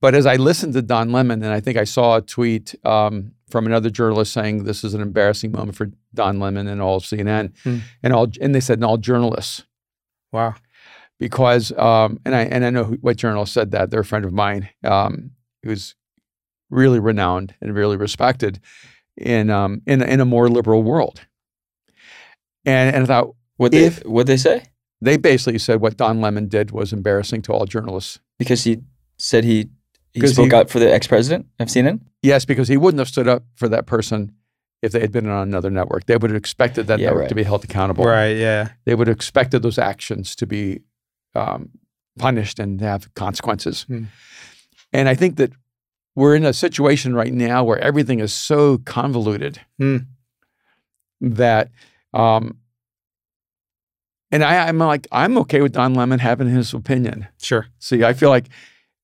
Speaker 3: But as I listened to Don Lemon, and I think I saw a tweet um, from another journalist saying this is an embarrassing moment for Don Lemon and all of CNN,
Speaker 2: Hmm.
Speaker 3: and all, and they said, and all journalists
Speaker 2: Wow.
Speaker 3: because um, and I and I know who, what journalist said that. They're a friend of mine um, who's really renowned and really respected in um, in in a more liberal world. And and I thought
Speaker 1: What they
Speaker 3: If-
Speaker 1: what they say?
Speaker 3: they basically said what Don Lemon did was embarrassing to all journalists.
Speaker 1: Because he said he he
Speaker 3: 'Cause
Speaker 1: spoke
Speaker 3: he-
Speaker 1: up for the ex president of CNN.
Speaker 3: Yes, because he wouldn't have stood up for that person if they had been on another network. They would have expected that
Speaker 1: Yeah,
Speaker 3: network
Speaker 1: right.
Speaker 3: to be held accountable.
Speaker 2: Right. Yeah.
Speaker 3: They would have expected those actions to be um, punished and have consequences.
Speaker 2: Hmm.
Speaker 3: And I think that we're in a situation right now where everything is so convoluted
Speaker 2: Hmm.
Speaker 3: that, um, and I, I'm like, I'm okay with Don Lemon having his opinion.
Speaker 2: Sure.
Speaker 3: See, I feel like,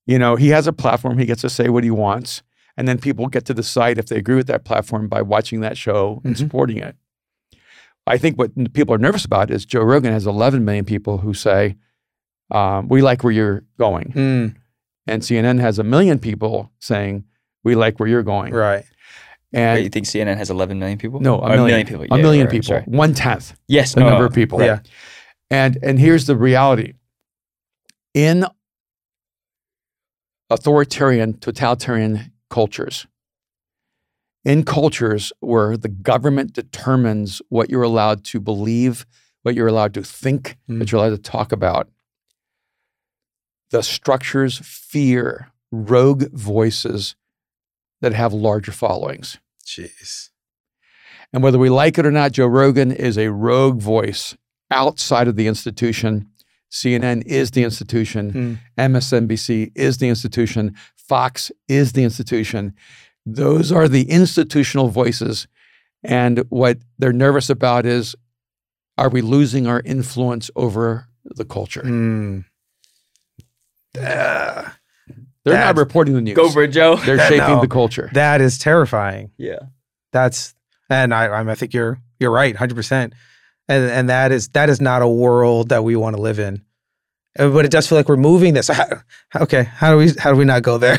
Speaker 3: you know, he has a platform, he gets to say what he wants. And then people get to decide if they agree with that platform by watching that show and
Speaker 2: Mhm.
Speaker 1: Mm-hmm.
Speaker 3: supporting it. I think what n- people are nervous about is Joe Rogan has 11 million people who say, um, we like where you're going.
Speaker 2: Mm,
Speaker 3: And CNN has a million people saying, we like where you're going.
Speaker 2: right.
Speaker 1: Wait,
Speaker 3: And
Speaker 1: you think CNN has 11 million people?
Speaker 3: no,
Speaker 1: Or
Speaker 3: a million,
Speaker 1: people.
Speaker 3: a
Speaker 1: Yeah,
Speaker 3: million
Speaker 1: right,
Speaker 3: people,
Speaker 1: sorry.
Speaker 3: one tenth
Speaker 1: Yes,
Speaker 3: the
Speaker 1: no,
Speaker 3: number
Speaker 1: no,
Speaker 3: of people.
Speaker 2: right. Yeah.
Speaker 3: And and here's the reality. In authoritarian, totalitarian cultures, in cultures where the government determines what you're allowed to believe, what you're allowed to think,
Speaker 2: Mm.
Speaker 3: what you're allowed to talk about, the structures fear rogue voices that have larger followings.
Speaker 2: Jeez.
Speaker 3: And whether we like it or not, Joe Rogan is a rogue voice outside of the institution. CNN is the institution.
Speaker 2: Hmm.
Speaker 3: MSNBC is the institution. Fox is the institution. Those are the institutional voices. And what they're nervous about is are we losing our influence over the culture?
Speaker 2: Hmm. Ah,
Speaker 3: They're
Speaker 2: That's-
Speaker 3: not reporting the news.
Speaker 1: Go for it, Joe.
Speaker 3: they're
Speaker 2: I
Speaker 3: shaping
Speaker 2: know.
Speaker 3: the culture.
Speaker 2: that is terrifying.
Speaker 1: Yeah.
Speaker 2: That's and I I'm, I think you're you're right, hundred percent. And and that is that is not a world that we want to live in. Uh, But it does feel like we're moving this. How- okay, how do we how do we not go there?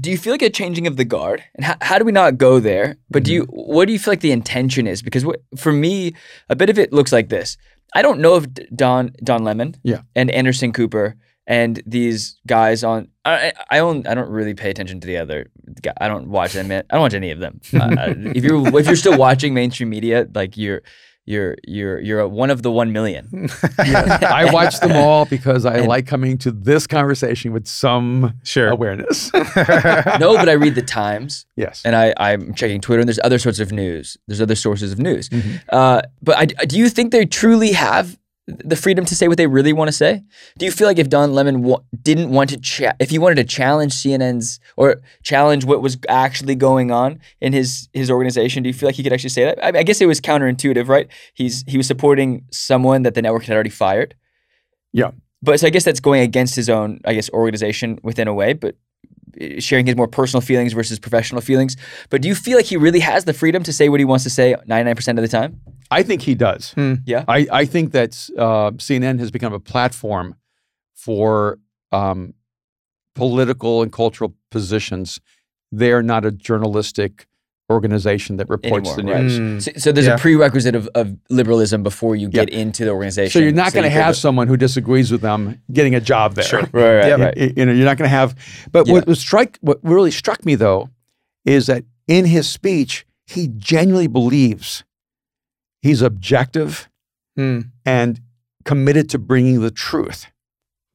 Speaker 1: Do you feel like a changing of the guard? And how, how do we not go there? But do you
Speaker 3: Mm-hmm.
Speaker 1: what do you feel like the intention is? Because what, for me, a bit of it looks like this. I don't know if D- Don Don Lemon
Speaker 3: Yeah.
Speaker 1: and Anderson Cooper and these guys on I I I don't I don't really pay attention to the other guy. I don't watch them. I don't watch any of them. Uh, if you're if you're still watching mainstream media, like you're you're you're you're a one of the 1 million.
Speaker 3: I watch them all because I
Speaker 1: And-
Speaker 3: like coming to this conversation with some
Speaker 2: sure.
Speaker 3: awareness.
Speaker 1: No, but I read the Times.
Speaker 3: yes.
Speaker 1: and I, I'm checking Twitter, and there's other sorts of news. There's other sources of news.
Speaker 3: Mhm.
Speaker 1: Uh, but I, I- do you think they truly have the freedom to say what they really want to say? Do you feel like if Don Lemon wa- didn't want to, cha- if he wanted to challenge CNN's or challenge what was actually going on in his his organization, do you feel like he could actually say that? I, I guess it was counterintuitive, right? He's he was supporting someone that the network had already fired.
Speaker 3: Yeah.
Speaker 1: But so I guess that's going against his own, I guess, organization within a way. But uh, sharing his more personal feelings versus professional feelings. But do you feel like he really has the freedom to say what he wants to say 99% of the time?
Speaker 3: I think he does.
Speaker 2: Hmm.
Speaker 1: Yeah.
Speaker 3: I, I think that uh, CNN has become a platform for um, political and cultural positions. They're not a journalistic organization that reports
Speaker 1: Anymore,
Speaker 3: the
Speaker 1: right.
Speaker 3: news.
Speaker 2: Hmm.
Speaker 1: So, so there's
Speaker 2: Yeah.
Speaker 1: a prerequisite of, of liberalism before you
Speaker 3: Mm. Yeah.
Speaker 1: get into the organization.
Speaker 3: So you're not going to
Speaker 1: you could-
Speaker 3: have someone who disagrees with them getting a job there.
Speaker 2: Sure.
Speaker 1: Right, right,
Speaker 2: Yep.
Speaker 1: right.
Speaker 3: Y- You know, you're not going to have. But
Speaker 1: Yeah.
Speaker 3: what was strike, what really struck me though, is that in his speech, he genuinely believes he's objective
Speaker 2: Hmm.
Speaker 3: and committed to bringing the truth.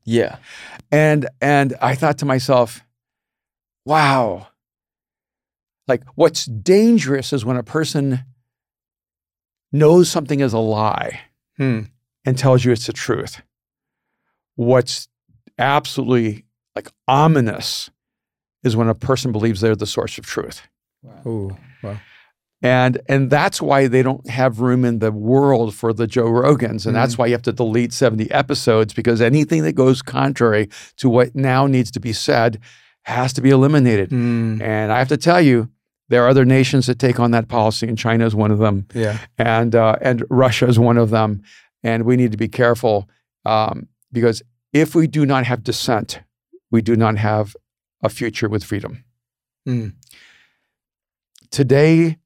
Speaker 1: Yeah.
Speaker 3: And and I thought to myself, wow. Like what's dangerous is when a person knows something is a lie
Speaker 2: Hmm.
Speaker 3: and tells you it's the truth. What's absolutely like ominous is when a person believes they're the source of truth.
Speaker 2: Ooh. Wow.
Speaker 3: And and that's why they don't have room in the world for the Joe Rogans. And that's why you have to delete 70 episodes because anything that goes contrary to what now needs to be said has to be eliminated.
Speaker 2: Hmm.
Speaker 3: And I have to tell you, there are other nations that take on that policy, and China is one of them,
Speaker 2: Yeah.
Speaker 3: and uh, and Russia is one of them. And we need to be careful um, because if we do not have dissent, we do not have a future with freedom
Speaker 2: Hmm.
Speaker 3: today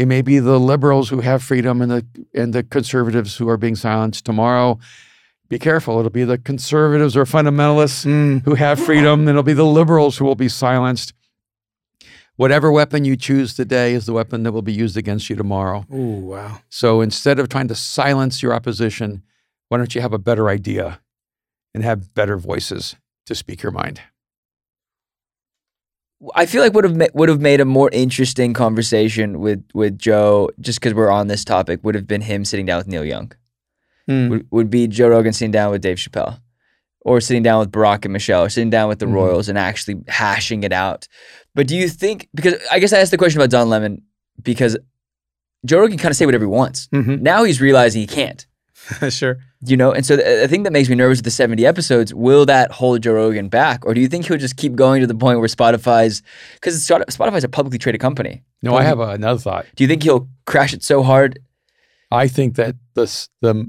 Speaker 3: it may be the liberals who have freedom and the and the conservatives who are being silenced tomorrow be careful it'll be the conservatives or fundamentalists
Speaker 2: Hmm.
Speaker 3: who have freedom and it'll be the liberals who will be silenced whatever weapon you choose today is the weapon that will be used against you tomorrow
Speaker 2: Ooh. Wow.
Speaker 3: so instead of trying to silence your opposition why don't you have a better idea and have better voices to speak your mind
Speaker 1: I feel like would have ma- would have made a more interesting conversation with with Joe just because we're on this topic would have been him sitting down with Neil Young
Speaker 3: Mm-hmm.
Speaker 2: Hmm.
Speaker 1: would, would be Joe Rogan sitting down with Dave Chappelle or sitting down with Barack and Michelle or sitting down with the
Speaker 3: Mhm.
Speaker 1: Royals and actually hashing it out. But do you think because I guess I asked the question about Don Lemon because Joe Rogan can kind of say whatever he wants.
Speaker 2: Mhm.
Speaker 1: Now he's realizing he can't
Speaker 2: sure.
Speaker 1: you know and so the, the thing that makes me nervous with the 70 episodes will that hold joe rogan back or do you think he'll just keep going to the point where spotify's because spotify's a publicly traded company
Speaker 3: no i have another thought
Speaker 1: do you think he'll crash it so hard
Speaker 3: I think that this the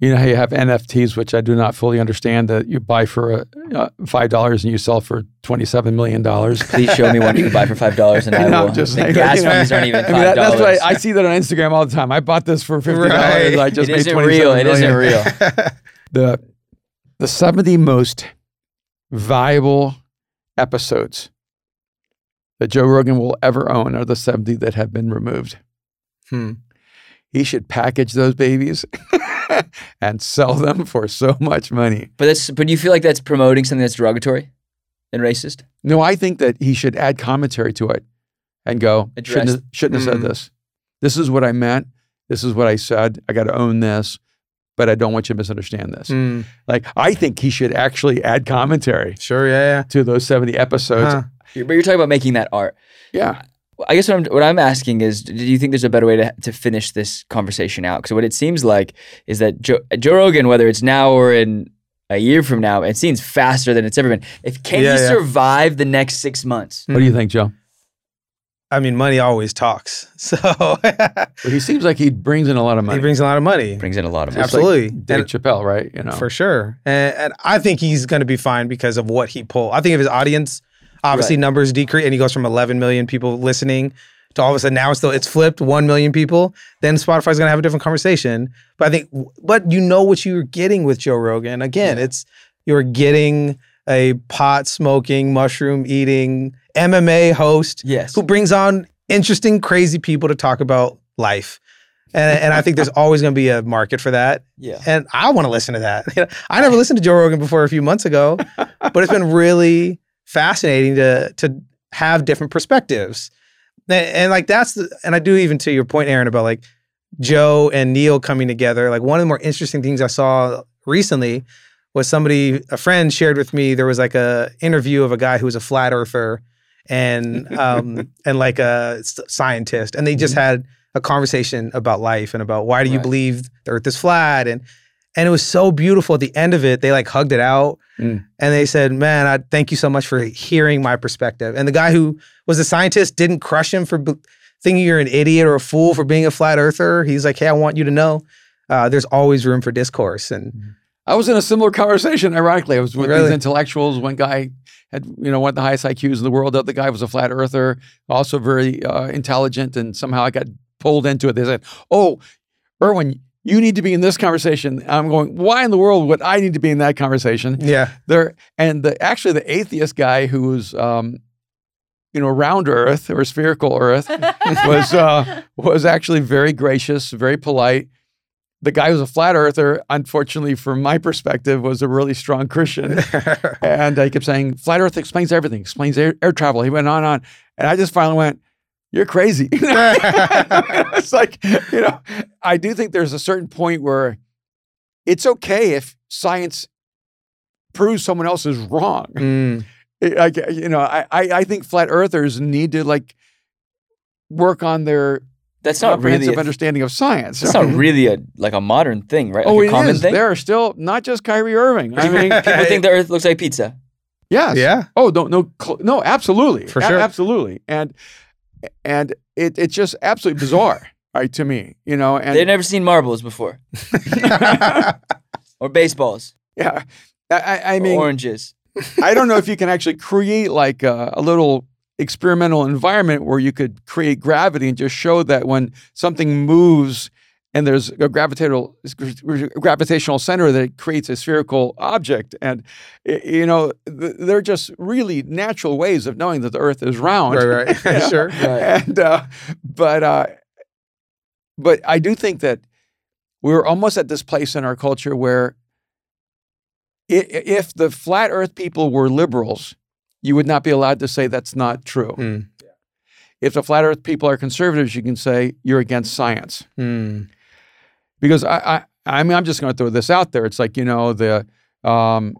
Speaker 3: you know how you have NFTs, which I do not fully understand, that you buy for uh, five dollars and you sell for twenty seven million dollars.
Speaker 1: please show me one you can buy for five dollars and i will the gas fees aren't even five dollars
Speaker 3: that's why I see that on Instagram all the time. I bought this for fifty dollars.
Speaker 2: Right.
Speaker 3: I just
Speaker 1: it
Speaker 3: made
Speaker 1: isn't
Speaker 3: twenty
Speaker 1: real
Speaker 3: seven
Speaker 1: it
Speaker 3: million.
Speaker 1: isn't real
Speaker 3: The the seventy most valuable episodes that Joe Rogan will ever own are the seventy that have been removed.
Speaker 2: Hmm.
Speaker 3: He should package those babies and sell them for so much money.
Speaker 1: But that's but do you feel like that's promoting something that's derogatory and racist?
Speaker 3: No, I think that he should add commentary to it and go, shouldn't,
Speaker 1: Address-
Speaker 3: have- shouldn't have
Speaker 2: Mm.
Speaker 3: said this. This is what I meant. This is what I said. I got to own this, but I don't want you to misunderstand this.
Speaker 2: Hmm.
Speaker 3: Like, I think he should actually add commentary
Speaker 2: Sure, yeah,
Speaker 3: to those 70
Speaker 2: yeah.
Speaker 3: episodes.
Speaker 2: Huh.
Speaker 1: You're- But you're talking about making that art.
Speaker 3: Yeah.
Speaker 1: I guess what I'm what I'm asking is, do you think there's a better way to to finish this conversation out? Because what it seems like is that Joe, Joe Rogan, whether it's now or in a year from now, it seems faster than it's ever been. If can
Speaker 2: Yeah,
Speaker 1: he
Speaker 2: yeah.
Speaker 1: survive the next six months?
Speaker 3: What do you
Speaker 2: Hmm.
Speaker 3: think, Joe?
Speaker 2: I mean, money always talks. So
Speaker 3: Well, he seems like he brings in a lot of
Speaker 2: he
Speaker 3: money.
Speaker 2: brings a lot of money.
Speaker 1: Brings in a lot of
Speaker 3: Just like
Speaker 2: Absolutely.
Speaker 3: Dave
Speaker 2: And-
Speaker 3: Chappelle, right? You know,
Speaker 2: For sure. And, and I think he's going to be fine because of what he pulled. I think if his audience, obviously
Speaker 1: Right.
Speaker 2: numbers decrease and he goes from 11 million people listening to all of a sudden now it's, still, it's flipped 1 million people, then Spotify's going to have a different conversation. But I think, but you know what you're getting with Joe Rogan. Again, it's you're getting a pot smoking, mushroom eating MMA host
Speaker 1: yes.
Speaker 2: who brings on interesting, crazy people to talk about life. And, and I think there's always going to be a market for that
Speaker 1: Yeah.
Speaker 2: and I want to listen to that. You know, I never listened to Joe Rogan before a few months ago, but it's been really fascinating to to have different perspectives. And, and, like that's the, and I do even to your point, Aaron, about like Joe and Neil coming together. Like one of the more interesting things I saw recently was somebody a friend shared with me there was like a interview of a guy who was a flat earther and um and like a s- scientist and they just had a conversation about life and about why do you
Speaker 1: Mm-hmm. Right.
Speaker 2: believe the earth is flat and and it was so beautiful at the end of it they like hugged it out
Speaker 3: Mm.
Speaker 2: and they said man i thank you so much for hearing my perspective and the guy who was a scientist didn't crush him for b- thinking you're an idiot or a fool for being a flat earther he's like hey i want you to know uh, there's always room for discourse and
Speaker 3: I was in a similar conversation. Ironically, I was with these
Speaker 2: Really?
Speaker 3: intellectuals. One guy had, you know, one of the highest IQs in the world. The other guy was a flat earther, also very uh, intelligent, and somehow I got pulled into it. They said, "Oh, Erwin, you need to be in this conversation." I'm going, "Why in the world would I need to be in that conversation?"
Speaker 2: yeah
Speaker 3: There and the actually the atheist guy who was, um, you know, round Earth or spherical Earth. Was, uh, was actually very gracious, very polite. The guy who's a flat earther, unfortunately, from my perspective, was a really strong Christian. and I kept saying, Flat Earth explains everything, explains air, air travel. He went on and on. And I just finally went, You're crazy. it's like, you know, I do think there's a certain point where it's okay if science proves someone else is wrong.
Speaker 2: Mm.
Speaker 3: I, I- you know, I, I I think flat earthers need to like work on their
Speaker 1: That's not really.
Speaker 3: comprehensive
Speaker 1: A,
Speaker 3: understanding of science.
Speaker 1: that's not really a like a modern thing, right? Like
Speaker 3: oh,
Speaker 1: a
Speaker 3: it
Speaker 1: common
Speaker 3: is.
Speaker 1: thing.
Speaker 3: There are still not just Kyrie Irving. I mean,
Speaker 1: People think the Earth looks like pizza.
Speaker 3: yes,
Speaker 2: yeah
Speaker 3: Oh, no, no, cl- no, absolutely,
Speaker 2: For
Speaker 3: A-
Speaker 2: sure.
Speaker 3: absolutely, and and it it's just absolutely bizarre, right, to me, you know, and
Speaker 1: They've never seen marbles before, or baseballs,
Speaker 3: yeah, I- I, I
Speaker 1: or
Speaker 3: mean,
Speaker 1: oranges.
Speaker 3: I don't know if you can actually create like a, a little experimental environment where you could create gravity and just show that when something moves and there's a gravitational gravitational center that it creates a spherical object and y- you know th- they're just really natural ways of knowing that the earth is round
Speaker 2: right right
Speaker 3: Yeah.
Speaker 2: sure
Speaker 1: Right.
Speaker 3: and uh, but uh, but I do think that we're almost at this place in our culture where i- if the flat Earth people were liberals, you would not be allowed to say that's not true.
Speaker 2: Mm.
Speaker 3: If the flat Earth people are conservatives, you can say you're against science
Speaker 2: Mm.
Speaker 3: because I, I, I mean, I'm just going to throw this out there. It's like you know the um,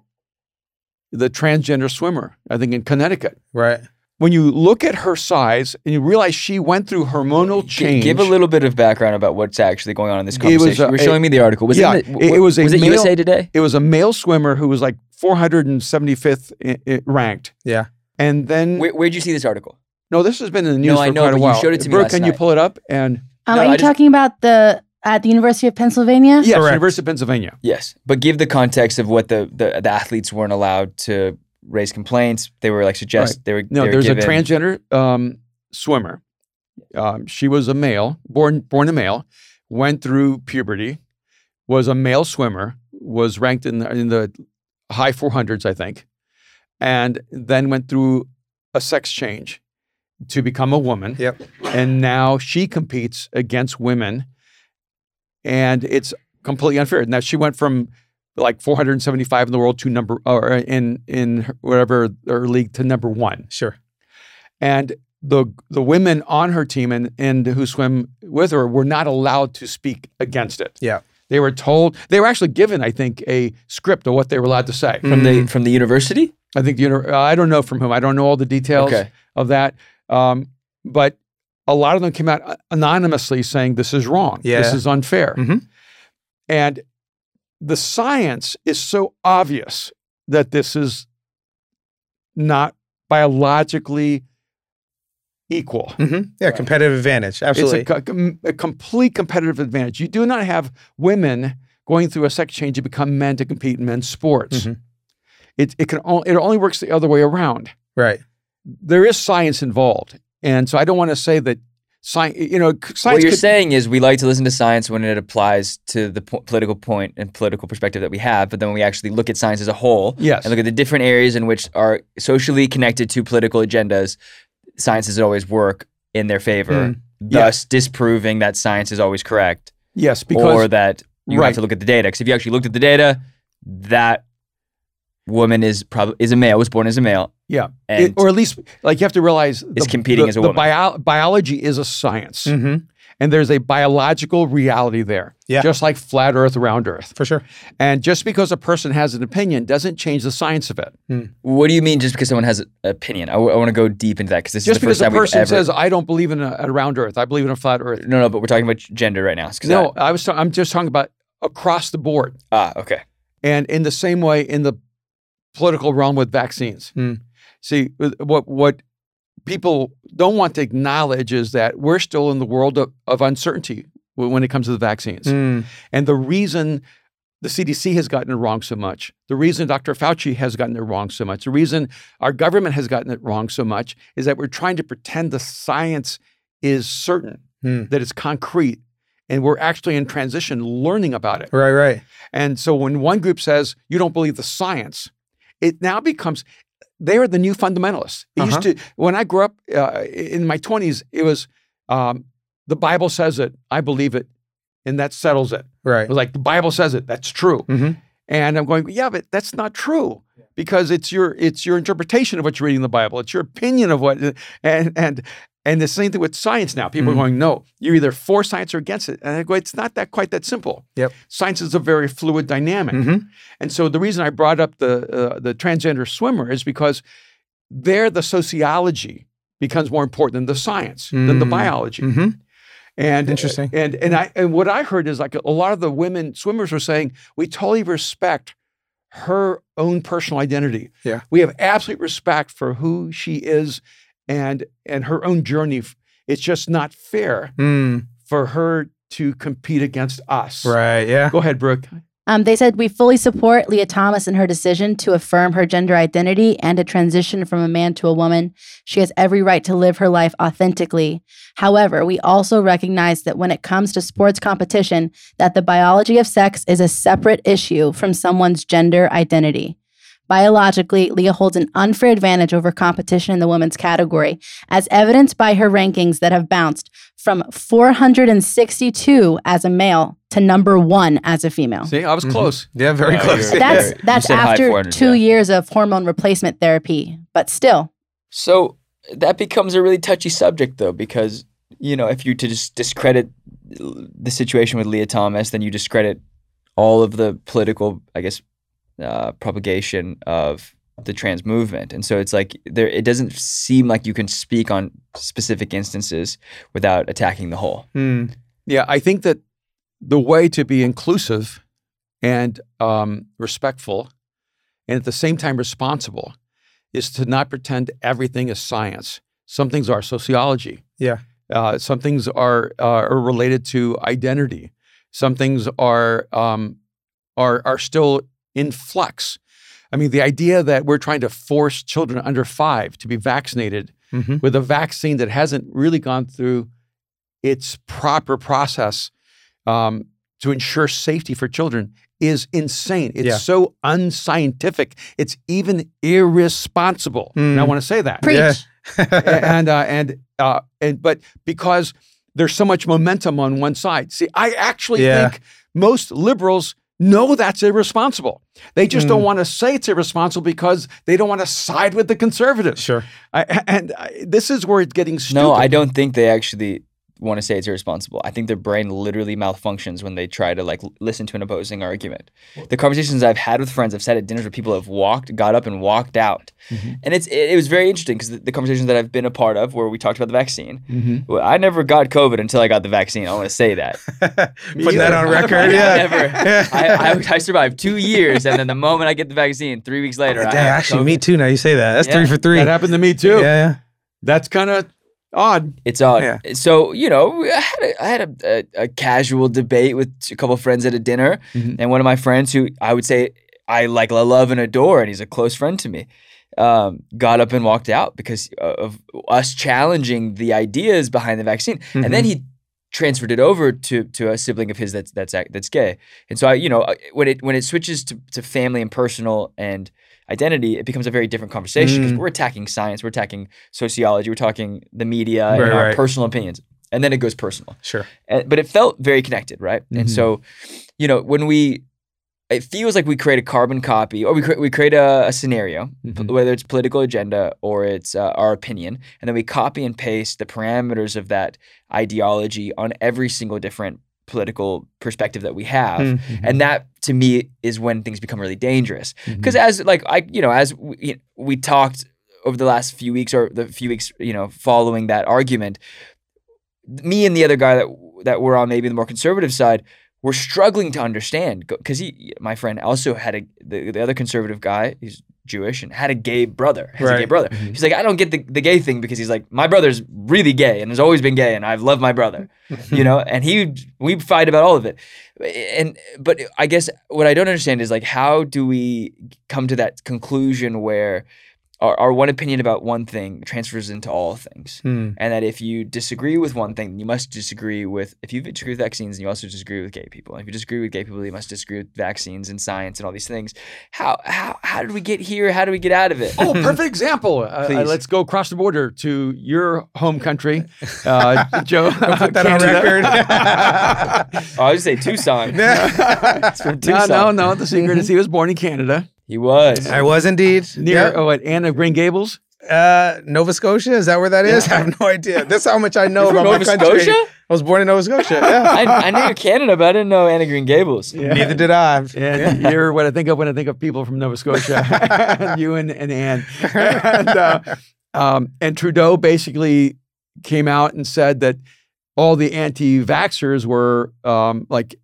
Speaker 3: the transgender swimmer. I think in Connecticut
Speaker 2: right
Speaker 3: when you look at her size and you realize she went through hormonal
Speaker 1: G-
Speaker 3: change.
Speaker 1: Give a little bit of background about what's actually going on in this
Speaker 3: It was,
Speaker 1: conversation.
Speaker 3: uh,
Speaker 1: you were
Speaker 3: it-
Speaker 1: showing me the article. Was
Speaker 3: yeah,
Speaker 1: it, in the,
Speaker 3: it- it was a
Speaker 1: was it
Speaker 3: male-
Speaker 1: USA Today?
Speaker 3: It was a male swimmer who was like 475th i- i- ranked.
Speaker 2: Yeah.
Speaker 3: And then
Speaker 1: Where, where'd you see this article?
Speaker 3: no, this has been in the news
Speaker 1: No,
Speaker 3: for
Speaker 1: I know,
Speaker 3: quite
Speaker 1: but
Speaker 3: a
Speaker 1: you
Speaker 3: while.
Speaker 1: showed it to me
Speaker 3: Brooke,
Speaker 1: last
Speaker 3: can you
Speaker 1: night.
Speaker 3: pull it up? And
Speaker 4: Um,
Speaker 1: No,
Speaker 4: are you
Speaker 1: I just-
Speaker 4: talking about the at the University of Pennsylvania?
Speaker 3: yes,
Speaker 2: Correct.
Speaker 3: University of Pennsylvania.
Speaker 1: Yes, but give the context of what the the, the athletes weren't allowed to raise complaints. They were like suggest they were
Speaker 3: No,
Speaker 1: they were
Speaker 3: there's
Speaker 1: given,
Speaker 3: a transgender um, swimmer. Um, she was a male, born born a male, went through puberty, was a male swimmer, was ranked in the, in the high 400s, I think, and then went through a sex change to become a woman.
Speaker 2: Yep.
Speaker 3: And now she competes against women, and it's completely unfair. Now she went from like 475 in the world to number or in in her- whatever her league to number one.
Speaker 2: Sure.
Speaker 3: And the the women on her team and and who swim with her were not allowed to speak against it.
Speaker 2: Yeah.
Speaker 3: They were told they were actually given, I think, a script of what they were allowed to say.
Speaker 1: from the from the university.
Speaker 3: I think the uni- I don't know from whom. I don't know all the details
Speaker 1: Okay.
Speaker 3: of that. Um, but a lot of them came out a- anonymously saying this is wrong. This
Speaker 2: Yeah.
Speaker 3: is unfair.
Speaker 2: Mhm.
Speaker 3: And the science is so obvious that this is not biologically equal.
Speaker 2: hmm Yeah, competitive advantage. Absolutely.
Speaker 3: It's a, co- a complete competitive advantage. You do not have women going through a sex change to become men to compete in men's sports.
Speaker 2: Mhm.
Speaker 3: It, it can only, it only works the other way around.
Speaker 2: right.
Speaker 3: There is science involved, and so I don't want to say that science. You know, c-
Speaker 1: what
Speaker 3: science.
Speaker 1: you're
Speaker 3: could-
Speaker 1: saying is we like to listen to science when it applies to the po- political point and political perspective that we have, but then when we actually look at science as a whole
Speaker 3: yes,
Speaker 1: and look at the different areas in which are socially connected to political agendas, science doesn't always work in their favor,
Speaker 3: Hmm. Yeah.
Speaker 1: thus disproving that science is always correct
Speaker 3: yes, because
Speaker 1: or that you
Speaker 3: Right.
Speaker 1: have to look at the data. Because if you actually looked at the data, that woman is probably is a male, was born as a male,
Speaker 3: yeah,
Speaker 1: and
Speaker 3: It- or at least like you have to realize
Speaker 1: It's competing
Speaker 3: the,
Speaker 1: as a
Speaker 3: the
Speaker 1: woman. Mm.
Speaker 3: bio- biology is a science,
Speaker 2: hmm
Speaker 3: and there's a biological reality there.
Speaker 2: Yeah.
Speaker 3: just like flat Earth, round Earth.
Speaker 2: For sure.
Speaker 3: And just because a person has an opinion doesn't change the science of it.
Speaker 1: What do you mean just because someone has an opinion? I, want to go deep into that because this
Speaker 3: Just
Speaker 1: is the first
Speaker 3: because a
Speaker 1: time we've
Speaker 3: person
Speaker 1: ever.
Speaker 3: says, "I don't believe in a, a round Earth. I believe in a flat Earth."
Speaker 1: no, no, but we're talking about gender right now. 'cause
Speaker 3: No,
Speaker 1: that-
Speaker 3: I was. Ta- I'm just talking about across the board,
Speaker 1: ah, okay.
Speaker 3: and in the same way in the political realm with vaccines.
Speaker 2: Hmm.
Speaker 3: See what what people don't want to acknowledge is that we're still in the world of, of uncertainty w- when it comes to the vaccines,
Speaker 2: Mm.
Speaker 3: and the reason. The CDC has gotten it wrong so much. The reason Dr. Fauci has gotten it wrong so much. The reason our government has gotten it wrong so much is that we're trying to pretend the science is certain,
Speaker 2: Hmm.
Speaker 3: that it's concrete, and we're actually in transition learning about it.
Speaker 2: Right, right.
Speaker 3: And so when one group says, you don't believe the science, it now becomes, they are the new fundamentalists. It used to, when I grew up uh, in my 20s, it was um, the Bible says it, I believe it, and that settles it.
Speaker 2: Right.
Speaker 3: It was like, the Bible says it, that's true.
Speaker 2: Mhm.
Speaker 3: And I'm going, yeah, but that's not true because it's your it's your interpretation of what you're reading in the Bible. It's your opinion of what and and and the same thing with science now. People
Speaker 2: Mhm.
Speaker 3: are going, no, you're either for science or against it. And I go, it's not that quite that simple.
Speaker 2: Yep.
Speaker 3: Science is a very fluid dynamic.
Speaker 2: Mhm.
Speaker 3: And so the reason I brought up the uh, the transgender swimmer is because there the sociology becomes more important than the science than the
Speaker 2: Mm.
Speaker 3: biology.
Speaker 2: Mhm.
Speaker 3: And
Speaker 2: Interesting.
Speaker 3: And and I and what I heard is like a lot of the women swimmers were saying we totally respect her own personal identity.
Speaker 2: Yeah.
Speaker 3: We have absolute respect for who she is and and her own journey. It's just not fair
Speaker 2: Mm.
Speaker 3: for her to compete against us.
Speaker 2: Right. Yeah.
Speaker 3: Go ahead, Brooke.
Speaker 4: Um, they said we fully support Leah Thomas in her decision to affirm her gender identity and to transition from a man to a woman. She has every right to live her life authentically. However, we also recognize that when it comes to sports competition, that the biology of sex is a separate issue from someone's gender identity. Biologically, Leah holds an unfair advantage over competition in the women's category, as evidenced by her rankings that have bounced from 462 as a male to number one as a female
Speaker 3: See, I was
Speaker 2: Mhm.
Speaker 3: close.
Speaker 2: Yeah. Very
Speaker 1: Yeah,
Speaker 2: close.
Speaker 1: you're-
Speaker 4: that's
Speaker 1: You
Speaker 4: that's
Speaker 1: said high
Speaker 4: after
Speaker 1: 400,
Speaker 4: two
Speaker 1: yeah.
Speaker 4: years of hormone replacement therapy. But still,
Speaker 1: So that becomes a really touchy subject, though, because you know if you to just discredit the situation with Leah Thomas, then you discredit all of the political, I guess, uh, propagation of the trans movement, and so it's like there. It doesn't seem like you can speak on specific instances without attacking the whole.
Speaker 2: Mm.
Speaker 3: Yeah, I think that the way to be inclusive and um, respectful and at the same time responsible is to not pretend everything is science. Some things are sociology.
Speaker 2: Yeah.
Speaker 3: Uh, some things are, uh, are related to identity. Some things are, um, are, are still in flux. I mean, the idea that we're trying to force children under five to be vaccinated
Speaker 2: Mhm.
Speaker 3: with a vaccine that hasn't really gone through its proper process um, to ensure safety for children is insane. It's
Speaker 2: Yeah.
Speaker 3: so unscientific. It's even irresponsible. And I
Speaker 2: Mm.
Speaker 3: want to say that.
Speaker 4: preach.
Speaker 2: Yeah.
Speaker 3: and uh, and uh, and but because there's so much momentum on one side. See, I actually
Speaker 2: Yeah.
Speaker 3: think most liberals know that's irresponsible. They just don't
Speaker 2: Mm.
Speaker 3: want to say it's irresponsible because they don't want to side with the conservatives.
Speaker 2: Sure.
Speaker 3: I, and I, this is where it's getting stupid.
Speaker 1: No, I don't think they actually want to say it's irresponsible. I think their brain literally malfunctions when they try to like l- listen to an opposing argument. The conversations I've had with friends, I've sat at dinners where people have walked, got up, and walked out,
Speaker 2: Mm-hmm.
Speaker 3: Mhm.
Speaker 1: and it's it, it was very interesting because the, the conversations that I've been a part of where we talked about the vaccine.
Speaker 3: Mhm.
Speaker 1: Well, I never got COVID until I got the vaccine. I want to say that.
Speaker 2: Putting that
Speaker 3: either.
Speaker 2: on
Speaker 1: I
Speaker 2: record. Yeah.
Speaker 1: never-
Speaker 2: Yeah.
Speaker 1: I, I, I survived two years, and then the moment I get the vaccine, three weeks later, I
Speaker 2: Dang,
Speaker 1: have
Speaker 2: Oh, actually,
Speaker 1: COVID.
Speaker 2: me too. Now you say that. That's
Speaker 1: Yeah.
Speaker 2: three for three.
Speaker 3: That happened to me too.
Speaker 2: yeah, yeah.
Speaker 3: That's kind of odd.
Speaker 1: It's odd.
Speaker 2: Yeah.
Speaker 1: So you know, I had a, I had a, a, a casual debate with a couple friends at a dinner,
Speaker 3: Mhm.
Speaker 1: and one of my friends who I would say I like love and adore, and he's a close friend to me, um, got up and walked out because of us challenging the ideas behind the vaccine, and
Speaker 2: Mm-hmm.
Speaker 1: then he transferred it over to to a sibling of his that's that's ac- that's gay, and so I you know I- when it when it switches to to family and personal and identity, it becomes a very different conversation because
Speaker 2: Mm.
Speaker 1: we're attacking science, we're attacking sociology, we're talking the media
Speaker 2: Right,
Speaker 1: and our
Speaker 2: right.
Speaker 1: personal opinions. And then it goes personal.
Speaker 2: Sure.
Speaker 1: And, Eh, but it felt very connected, right? And
Speaker 3: Mhm.
Speaker 1: so, you know, when we, it feels like we create a carbon copy or we, cre- we create a, a scenario, p-
Speaker 3: Mhm.
Speaker 1: whether it's political agenda or it's uh, our opinion, and then we copy and paste the parameters of that ideology on every single different political perspective that we have.
Speaker 2: Mm.
Speaker 1: And that to me is when things become really dangerous
Speaker 2: Mm-hmm.
Speaker 1: because as like I you know as we, you know, we talked over the last few weeks or the few weeks you know following that argument me and the other guy that that were on maybe the more conservative side were struggling to understand because he my friend also had a the, the other conservative guy he's Jewish and had a gay brother has a gay
Speaker 2: Right.
Speaker 1: brother
Speaker 3: Mhm.
Speaker 1: he's like I don't get the, the gay thing because he's like my brother's really gay and has always been gay and I've loved my brother you know and he we fight about all of it and but I guess what I don't understand is like how do we come to that conclusion where our, our one opinion about one thing transfers into all things
Speaker 2: Hmm.
Speaker 1: and that if you disagree with one thing you must disagree with if you disagree with vaccines and you also disagree with gay people if you disagree with gay people you must disagree with vaccines and science and all these things how how, how did we get here how do we get out of it
Speaker 3: Oh, perfect example. Uh, uh,
Speaker 1: Please.
Speaker 3: let's go across the border to your home country, uh, Joe.
Speaker 2: Put that on record.
Speaker 1: oh, i would say tucson from
Speaker 3: no,
Speaker 1: tucson
Speaker 3: no, no. The secret is he was born in Canada,
Speaker 1: he was
Speaker 2: I was indeed
Speaker 3: near
Speaker 2: Yeah.
Speaker 3: oh, at Anne of Green Gables.
Speaker 2: uh, Nova Scotia. Is that where that is? I have no idea. That's how much I know
Speaker 1: You're from
Speaker 2: about
Speaker 1: Nova
Speaker 2: my country.
Speaker 1: Scotia?
Speaker 2: I was born in Nova Scotia. Yeah.
Speaker 1: I, I knew Canada, but I didn't know Anna Green Gables.
Speaker 2: Neither did I.
Speaker 3: And you're what I think of when I think of people from Nova Scotia. you and, and Anne. And, uh, um, and Trudeau basically came out and said that all the anti vaxxers were um, like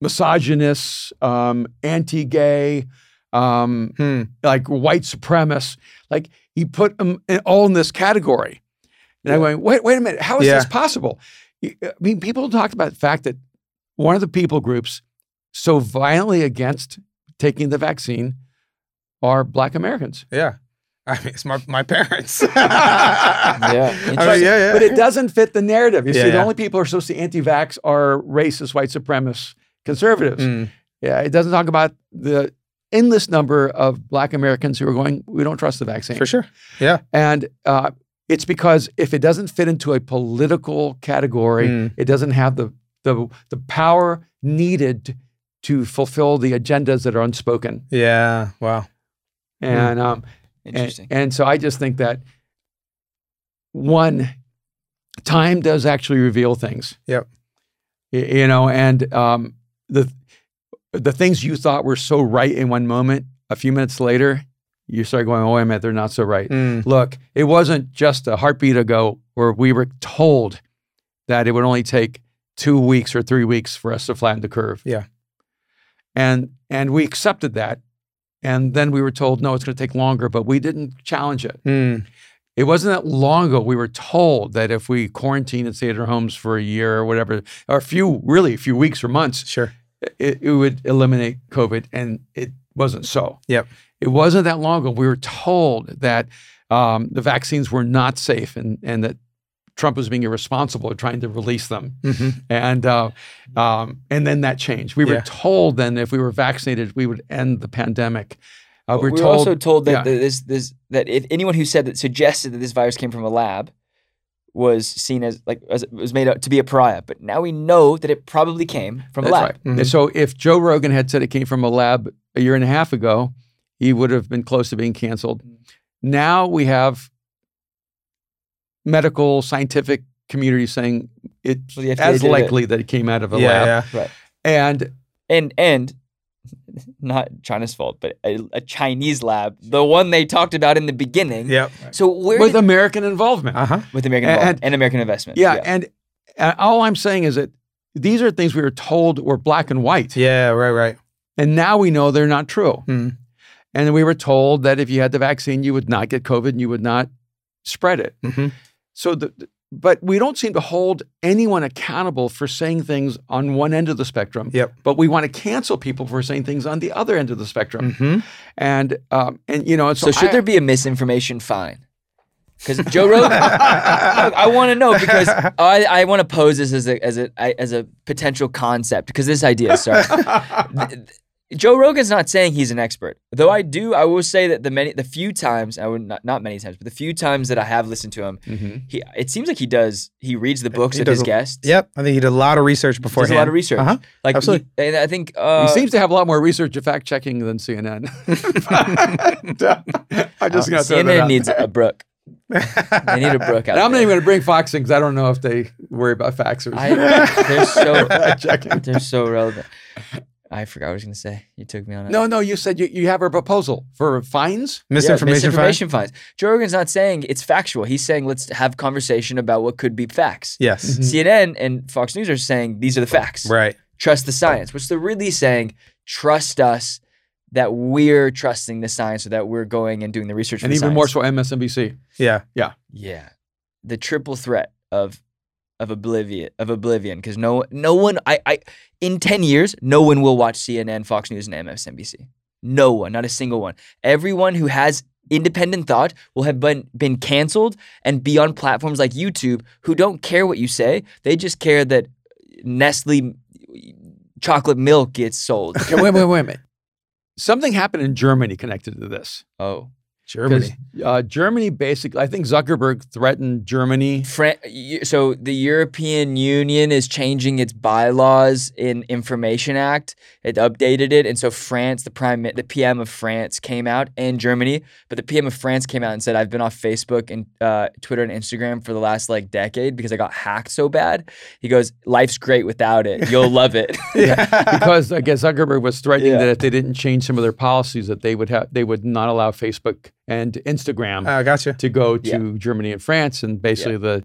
Speaker 3: misogynists, um, anti gay, um,
Speaker 2: Hmm.
Speaker 3: like white supremacists. Like he put them in, all in this category. And I went, wait, wait a minute. How is
Speaker 2: Yeah.
Speaker 3: this possible? You- I mean, people talked about the fact that one of the people groups so violently against taking the vaccine are black Americans.
Speaker 2: Yeah. I mean, it's my, my parents.
Speaker 1: Yeah,
Speaker 2: I mean,
Speaker 1: interesting.
Speaker 2: Oh, yeah, yeah.
Speaker 3: But it doesn't fit the narrative. You
Speaker 2: Yeah,
Speaker 3: see, the
Speaker 2: yeah.
Speaker 3: only people who are supposed to be anti vax are racist, white supremacists, conservatives.
Speaker 2: Hmm.
Speaker 1: Mm,
Speaker 3: Yeah, it doesn't talk about the endless number of black Americans who are going, we don't trust the vaccine.
Speaker 2: For sure.
Speaker 3: And uh, it's because if it doesn't fit into a political category,
Speaker 2: Mm.
Speaker 3: it doesn't have the, the, the power needed to fulfill the agendas that are unspoken.
Speaker 2: Yeah. Wow. Mm.
Speaker 3: And, um, and-
Speaker 1: Interesting.
Speaker 3: And, so I just think that one, time does actually reveal things.
Speaker 2: Yep.
Speaker 3: Y- you know, and um, the, the things you thought were so right in one moment, a few minutes later, you start going, oh, wait a minute, they're not so right
Speaker 2: Hmm.
Speaker 3: look, it wasn't just a heartbeat ago where we were told that it would only take two weeks or three weeks for us to flatten the curve.
Speaker 2: Yeah.
Speaker 3: And and we accepted that. And then we were told, no, it's going to take longer, but we didn't challenge it.
Speaker 2: Hmm.
Speaker 3: It wasn't that long ago we were told that if we quarantine and stayed at our homes for a year or whatever, or a few, really a few weeks or months,
Speaker 2: Sure.
Speaker 3: it, it would eliminate COVID, and it wasn't so.
Speaker 2: Yep.
Speaker 3: It wasn't that long ago. We were told that um, the vaccines were not safe and, and that Trump was being irresponsible in trying to release them.
Speaker 2: hmm
Speaker 3: And, uh, um, and then that changed. We were
Speaker 2: Yeah.
Speaker 3: told then if we were vaccinated, we would end the pandemic. Uh,
Speaker 1: we
Speaker 3: we
Speaker 1: were
Speaker 3: were told,
Speaker 1: also told that
Speaker 3: yeah.
Speaker 1: that this this that if anyone who said that suggested that this virus came from a lab was seen as like as, was made out to be a pariah, but now we know that it probably came from a
Speaker 3: That's
Speaker 1: lab.
Speaker 3: right.
Speaker 2: Mhm.
Speaker 3: And So if Joe Rogan had said it came from a lab a year and a half ago, he would have been close to being canceled. Now we have medical scientific community saying it's
Speaker 1: So the FDA
Speaker 3: as
Speaker 1: did it.
Speaker 3: likely that it came out of a
Speaker 2: yeah,
Speaker 3: lab.
Speaker 2: yeah.
Speaker 3: And
Speaker 1: And and not China's fault, but a, a Chinese lab, the one they talked about in the beginning.
Speaker 2: Yep.
Speaker 1: So where
Speaker 3: with
Speaker 1: did-
Speaker 3: American involvement.
Speaker 2: Uh huh.
Speaker 1: with American
Speaker 3: and-
Speaker 1: involvement and American investment.
Speaker 3: yeah, And, and all I'm saying is that these are things we were told were black and white.
Speaker 2: Yeah. Right. Right.
Speaker 3: And now we know they're not true.
Speaker 2: Hmm.
Speaker 3: And we were told that if you had the vaccine, you would not get COVID and you would not spread it.
Speaker 2: Mhm.
Speaker 3: So the but we don't seem to hold anyone accountable for saying things on one end of the spectrum.
Speaker 2: Yep.
Speaker 3: But we want to cancel people for saying things on the other end of the spectrum.
Speaker 2: Mm-hmm.
Speaker 3: And um, and you know, and so,
Speaker 1: Mm. So, should
Speaker 3: I-
Speaker 1: there be a misinformation fine? Because Joe Rogan, Look, I want to know because I, I want to pose this as a as a I- as a potential concept because this idea, sorry, Th- th- Joe Rogan's not saying he's an expert, though. I do. I will say that the many the few times I would not not many times, but the few times that I have listened to him,
Speaker 3: Mhm.
Speaker 1: he it seems like he does. He reads the books
Speaker 2: he
Speaker 1: of
Speaker 2: does
Speaker 1: his
Speaker 2: a-
Speaker 1: guests.
Speaker 2: Yep. I think he did a lot of research
Speaker 1: Does
Speaker 2: beforehand.
Speaker 1: a lot of research.
Speaker 2: Uh-huh.
Speaker 1: Like he-
Speaker 2: Absolutely.
Speaker 1: and I think uh,
Speaker 3: he seems to have a lot more research of fact checking than CNN. uh,
Speaker 1: Uh,
Speaker 3: I'm just going to throw that
Speaker 1: CNN
Speaker 3: out.
Speaker 1: needs a Brooke. They need a Brooke out.
Speaker 3: and I'm not
Speaker 1: there.
Speaker 3: even going to bring Fox in because I don't know if they worry about facts or
Speaker 1: I, they're so
Speaker 3: fact checking.
Speaker 1: They're so relevant. I forgot what I was gonna say. You took me on. a-
Speaker 3: No, no, you said you, you have a proposal for fines.
Speaker 1: Yeah,
Speaker 2: misinformation. fine.
Speaker 1: misinformation fines. Joe Rogan's not saying it's factual. He's saying let's have conversation about what could be facts.
Speaker 3: Mm.
Speaker 2: Yes.
Speaker 1: CNN and Fox News are saying these are the facts.
Speaker 2: Right.
Speaker 1: Trust the science, which they're really saying trust us that we're trusting the science or that we're going and doing the research. for
Speaker 3: and
Speaker 1: the
Speaker 3: even more
Speaker 1: science.
Speaker 3: so MSNBC.
Speaker 2: Yeah.
Speaker 1: Yeah, the triple threat of of oblivion of oblivion because no no one I I in ten years no one will watch CNN, Fox News, and MSNBC. No one, not a single one. Everyone who has independent thought will have been been canceled and be on platforms like YouTube who don't care what you say. They just care that Nestle chocolate milk gets sold.
Speaker 3: Okay, wait, wait, wait a minute. Something happened in Germany connected to this.
Speaker 1: oh,
Speaker 3: 'Cause, Uh, Germany basically, I think Zuckerberg threatened Germany.
Speaker 1: Fran- y- so the European Union is changing its bylaws in Information Act. It updated it, and so France, the prime, mi- the PM of France, came out and Germany, but the PM of France came out and said, "I've been off Facebook and uh, Twitter and Instagram for the last like decade because I got hacked so bad." He goes, "Life's great without it. You'll love it."
Speaker 3: because I guess Zuckerberg was threatening
Speaker 1: Yeah.
Speaker 3: that if they didn't change some of their policies, that they would have they would not allow Facebook and Instagram
Speaker 2: Uh, gotcha.
Speaker 3: to go
Speaker 1: yeah.
Speaker 3: to Germany and France. And basically, the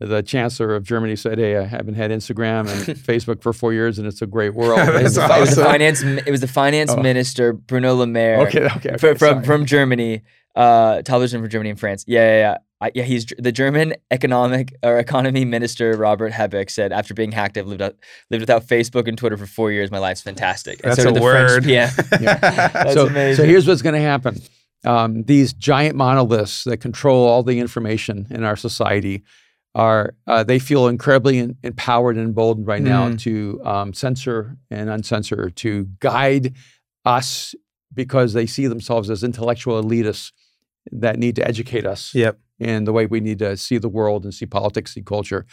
Speaker 3: the chancellor of Germany said, "Hey, I haven't had Instagram and Facebook for four years, and it's a great world."
Speaker 1: It was,
Speaker 2: That's
Speaker 1: the, fi- it was the
Speaker 2: awesome.
Speaker 1: finance. mi- It was the finance
Speaker 3: Oh.
Speaker 1: minister Bruno Le Maire.
Speaker 3: okay, okay, okay,
Speaker 1: Fr- from
Speaker 3: sorry.
Speaker 1: from Germany, uh, television from Germany and France. Yeah, yeah, yeah. I, yeah, he's Ge- the German economic or economy minister Robert Habeck said after being hacked, I've lived out, lived without Facebook and Twitter for four years. My life's fantastic. And
Speaker 2: That's
Speaker 1: so did
Speaker 2: a
Speaker 1: the French
Speaker 2: word.
Speaker 1: PM. That's
Speaker 3: so,
Speaker 1: amazing.
Speaker 3: So here's what's going to happen. Um, these giant monoliths that control all the information in our society are uh, they feel incredibly en- empowered and emboldened right now
Speaker 2: Mm.
Speaker 3: to um, censor and uncensor, to guide us because they see themselves as intellectual elitists that need to educate us
Speaker 2: Yep.
Speaker 3: in the way we need to see the world and see politics, see culture.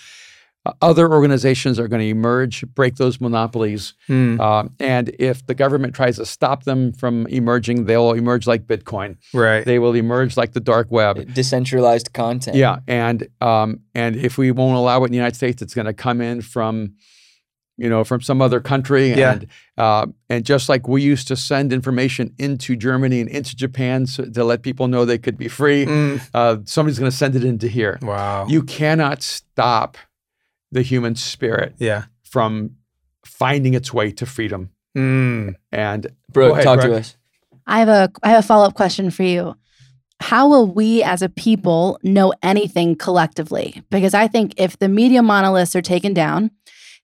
Speaker 3: Uh, Other organizations are going to emerge, break those monopolies,
Speaker 2: Hmm.
Speaker 3: um, and if the government tries to stop them from emerging, they'll emerge like Bitcoin.
Speaker 2: Right.
Speaker 3: They will emerge like the dark web.
Speaker 1: Decentralized content.
Speaker 3: Yeah, and um, and if we won't allow it in the United States, it's going to come in from, you know, from some other country.
Speaker 2: Yeah.
Speaker 3: And uh, and just like we used to send information into Germany and into Japan so, to let people know they could be free,
Speaker 2: Hmm.
Speaker 3: uh, somebody's going to send it into here.
Speaker 2: Wow.
Speaker 3: You cannot stop the human spirit
Speaker 2: yeah.
Speaker 3: from finding its way to freedom.
Speaker 2: Hmm.
Speaker 3: And
Speaker 1: bro,
Speaker 3: Go ahead,
Speaker 1: talk to
Speaker 3: Brooke.
Speaker 1: us.
Speaker 4: I have a I have a follow up question for you. How will we as a people know anything collectively? Because I think if the media monoliths are taken down,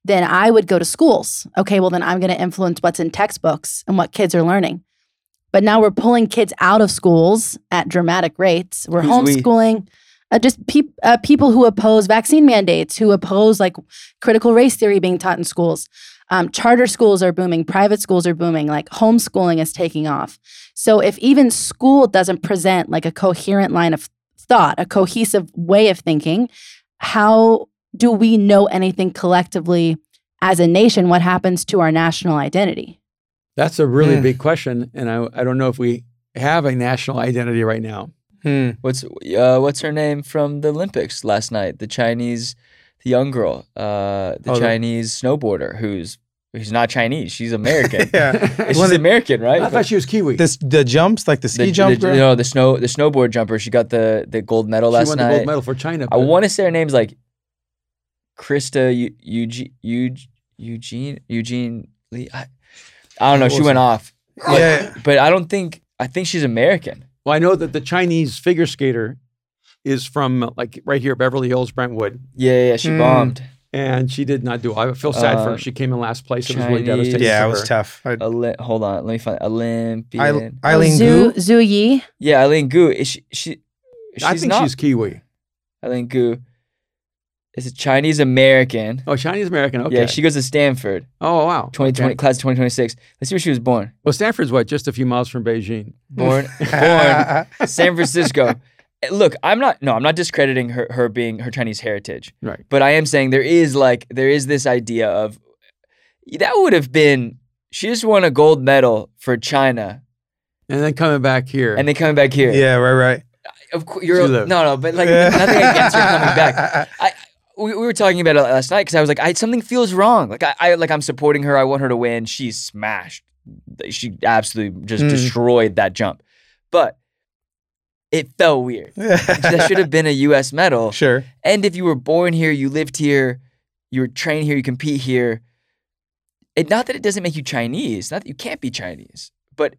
Speaker 4: then I would go to schools. Okay, well then I'm going to influence what's in textbooks and what kids are learning. But now we're pulling kids out of schools at dramatic rates. We're
Speaker 1: Who's we?
Speaker 4: homeschooling. Uh, just peop uh, people who oppose vaccine mandates, who oppose like critical race theory being taught in schools. Um, charter schools are booming. Private schools are booming. Like homeschooling is taking off. So if even school doesn't present like a coherent line of thought, a cohesive way of thinking, how do we know anything collectively as a nation what happens to our national identity?
Speaker 3: That's a really
Speaker 2: Hmm.
Speaker 3: big question, and I, I don't know if we have a national identity right now.
Speaker 2: Hmm.
Speaker 1: What's uh, what's her name from the Olympics last night? The Chinese, the young girl, uh, the
Speaker 3: Oh, the-
Speaker 1: Chinese snowboarder who's who's not Chinese. She's American.
Speaker 2: Yeah.
Speaker 1: She's
Speaker 2: One of the-
Speaker 1: American, right?
Speaker 3: I thought she was Kiwi.
Speaker 2: This the jumps like the
Speaker 1: the,
Speaker 2: ski jump.
Speaker 1: the,
Speaker 2: girl?
Speaker 1: you know, the snow the snowboard jumper. She got the the gold medal
Speaker 3: she
Speaker 1: last
Speaker 3: won
Speaker 1: night.
Speaker 3: the gold medal for China.
Speaker 1: I
Speaker 3: but-
Speaker 1: want to say her name's like Krista Eu- Eugene Eugene Eugene, Eugene Lee. I, I don't know.
Speaker 3: What
Speaker 1: She
Speaker 3: was
Speaker 1: went
Speaker 3: it?
Speaker 1: off, Like,
Speaker 2: yeah.
Speaker 1: but I don't think I think she's American.
Speaker 3: Well, I know that the Chinese figure skater is from like right here, Beverly Hills, Brentwood,
Speaker 1: Yeah, yeah, yeah, she
Speaker 2: Mm.
Speaker 1: bombed.
Speaker 3: and she did not do. I feel sad for
Speaker 1: Uh,
Speaker 3: her. She came in last place. It was really
Speaker 1: Chinese-
Speaker 3: devastating.
Speaker 2: Yeah,
Speaker 3: for
Speaker 2: it was
Speaker 3: her.
Speaker 2: tough. I,
Speaker 1: Oli- hold on, let me find
Speaker 2: I,
Speaker 1: Olympian.
Speaker 2: Eileen
Speaker 4: Zhu,
Speaker 2: Gu.
Speaker 4: Zhu Yi.
Speaker 1: yeah, Eileen Gu. Is she? she
Speaker 3: I think
Speaker 1: not,
Speaker 3: she's Kiwi.
Speaker 1: Eileen Gu. Is a Chinese American.
Speaker 3: Oh, Chinese American. Okay.
Speaker 1: Yeah, she goes to Stanford.
Speaker 3: oh wow.
Speaker 1: 2020
Speaker 3: Okay.
Speaker 1: class of 2026. Let's see where she was born.
Speaker 3: Well, Stanford's what? Just a few miles from Beijing.
Speaker 1: Born born San Francisco. Eh, Look, I'm not no, I'm not discrediting her her being her Chinese heritage.
Speaker 3: Right.
Speaker 1: But I am saying there is like there is this idea of eh, that would have been she just won a gold medal for China
Speaker 3: And then coming back here.
Speaker 1: and then coming back here.
Speaker 2: Yeah, right, right.
Speaker 1: Of course you're
Speaker 3: She
Speaker 1: no
Speaker 3: lived.
Speaker 1: no, but like nothing against her coming back. We, we were talking about it last night because I was like, I something feels wrong. Like I, I like I'm supporting her. I want her to win. She smashed. She absolutely just
Speaker 3: Hmm.
Speaker 2: Mm.
Speaker 1: destroyed that jump. But it felt weird. that should have been a U.S. medal.
Speaker 2: Sure.
Speaker 1: And if you were born here, you lived here, you were trained here, you compete here. It, not that it doesn't make you Chinese, not that you can't be Chinese, but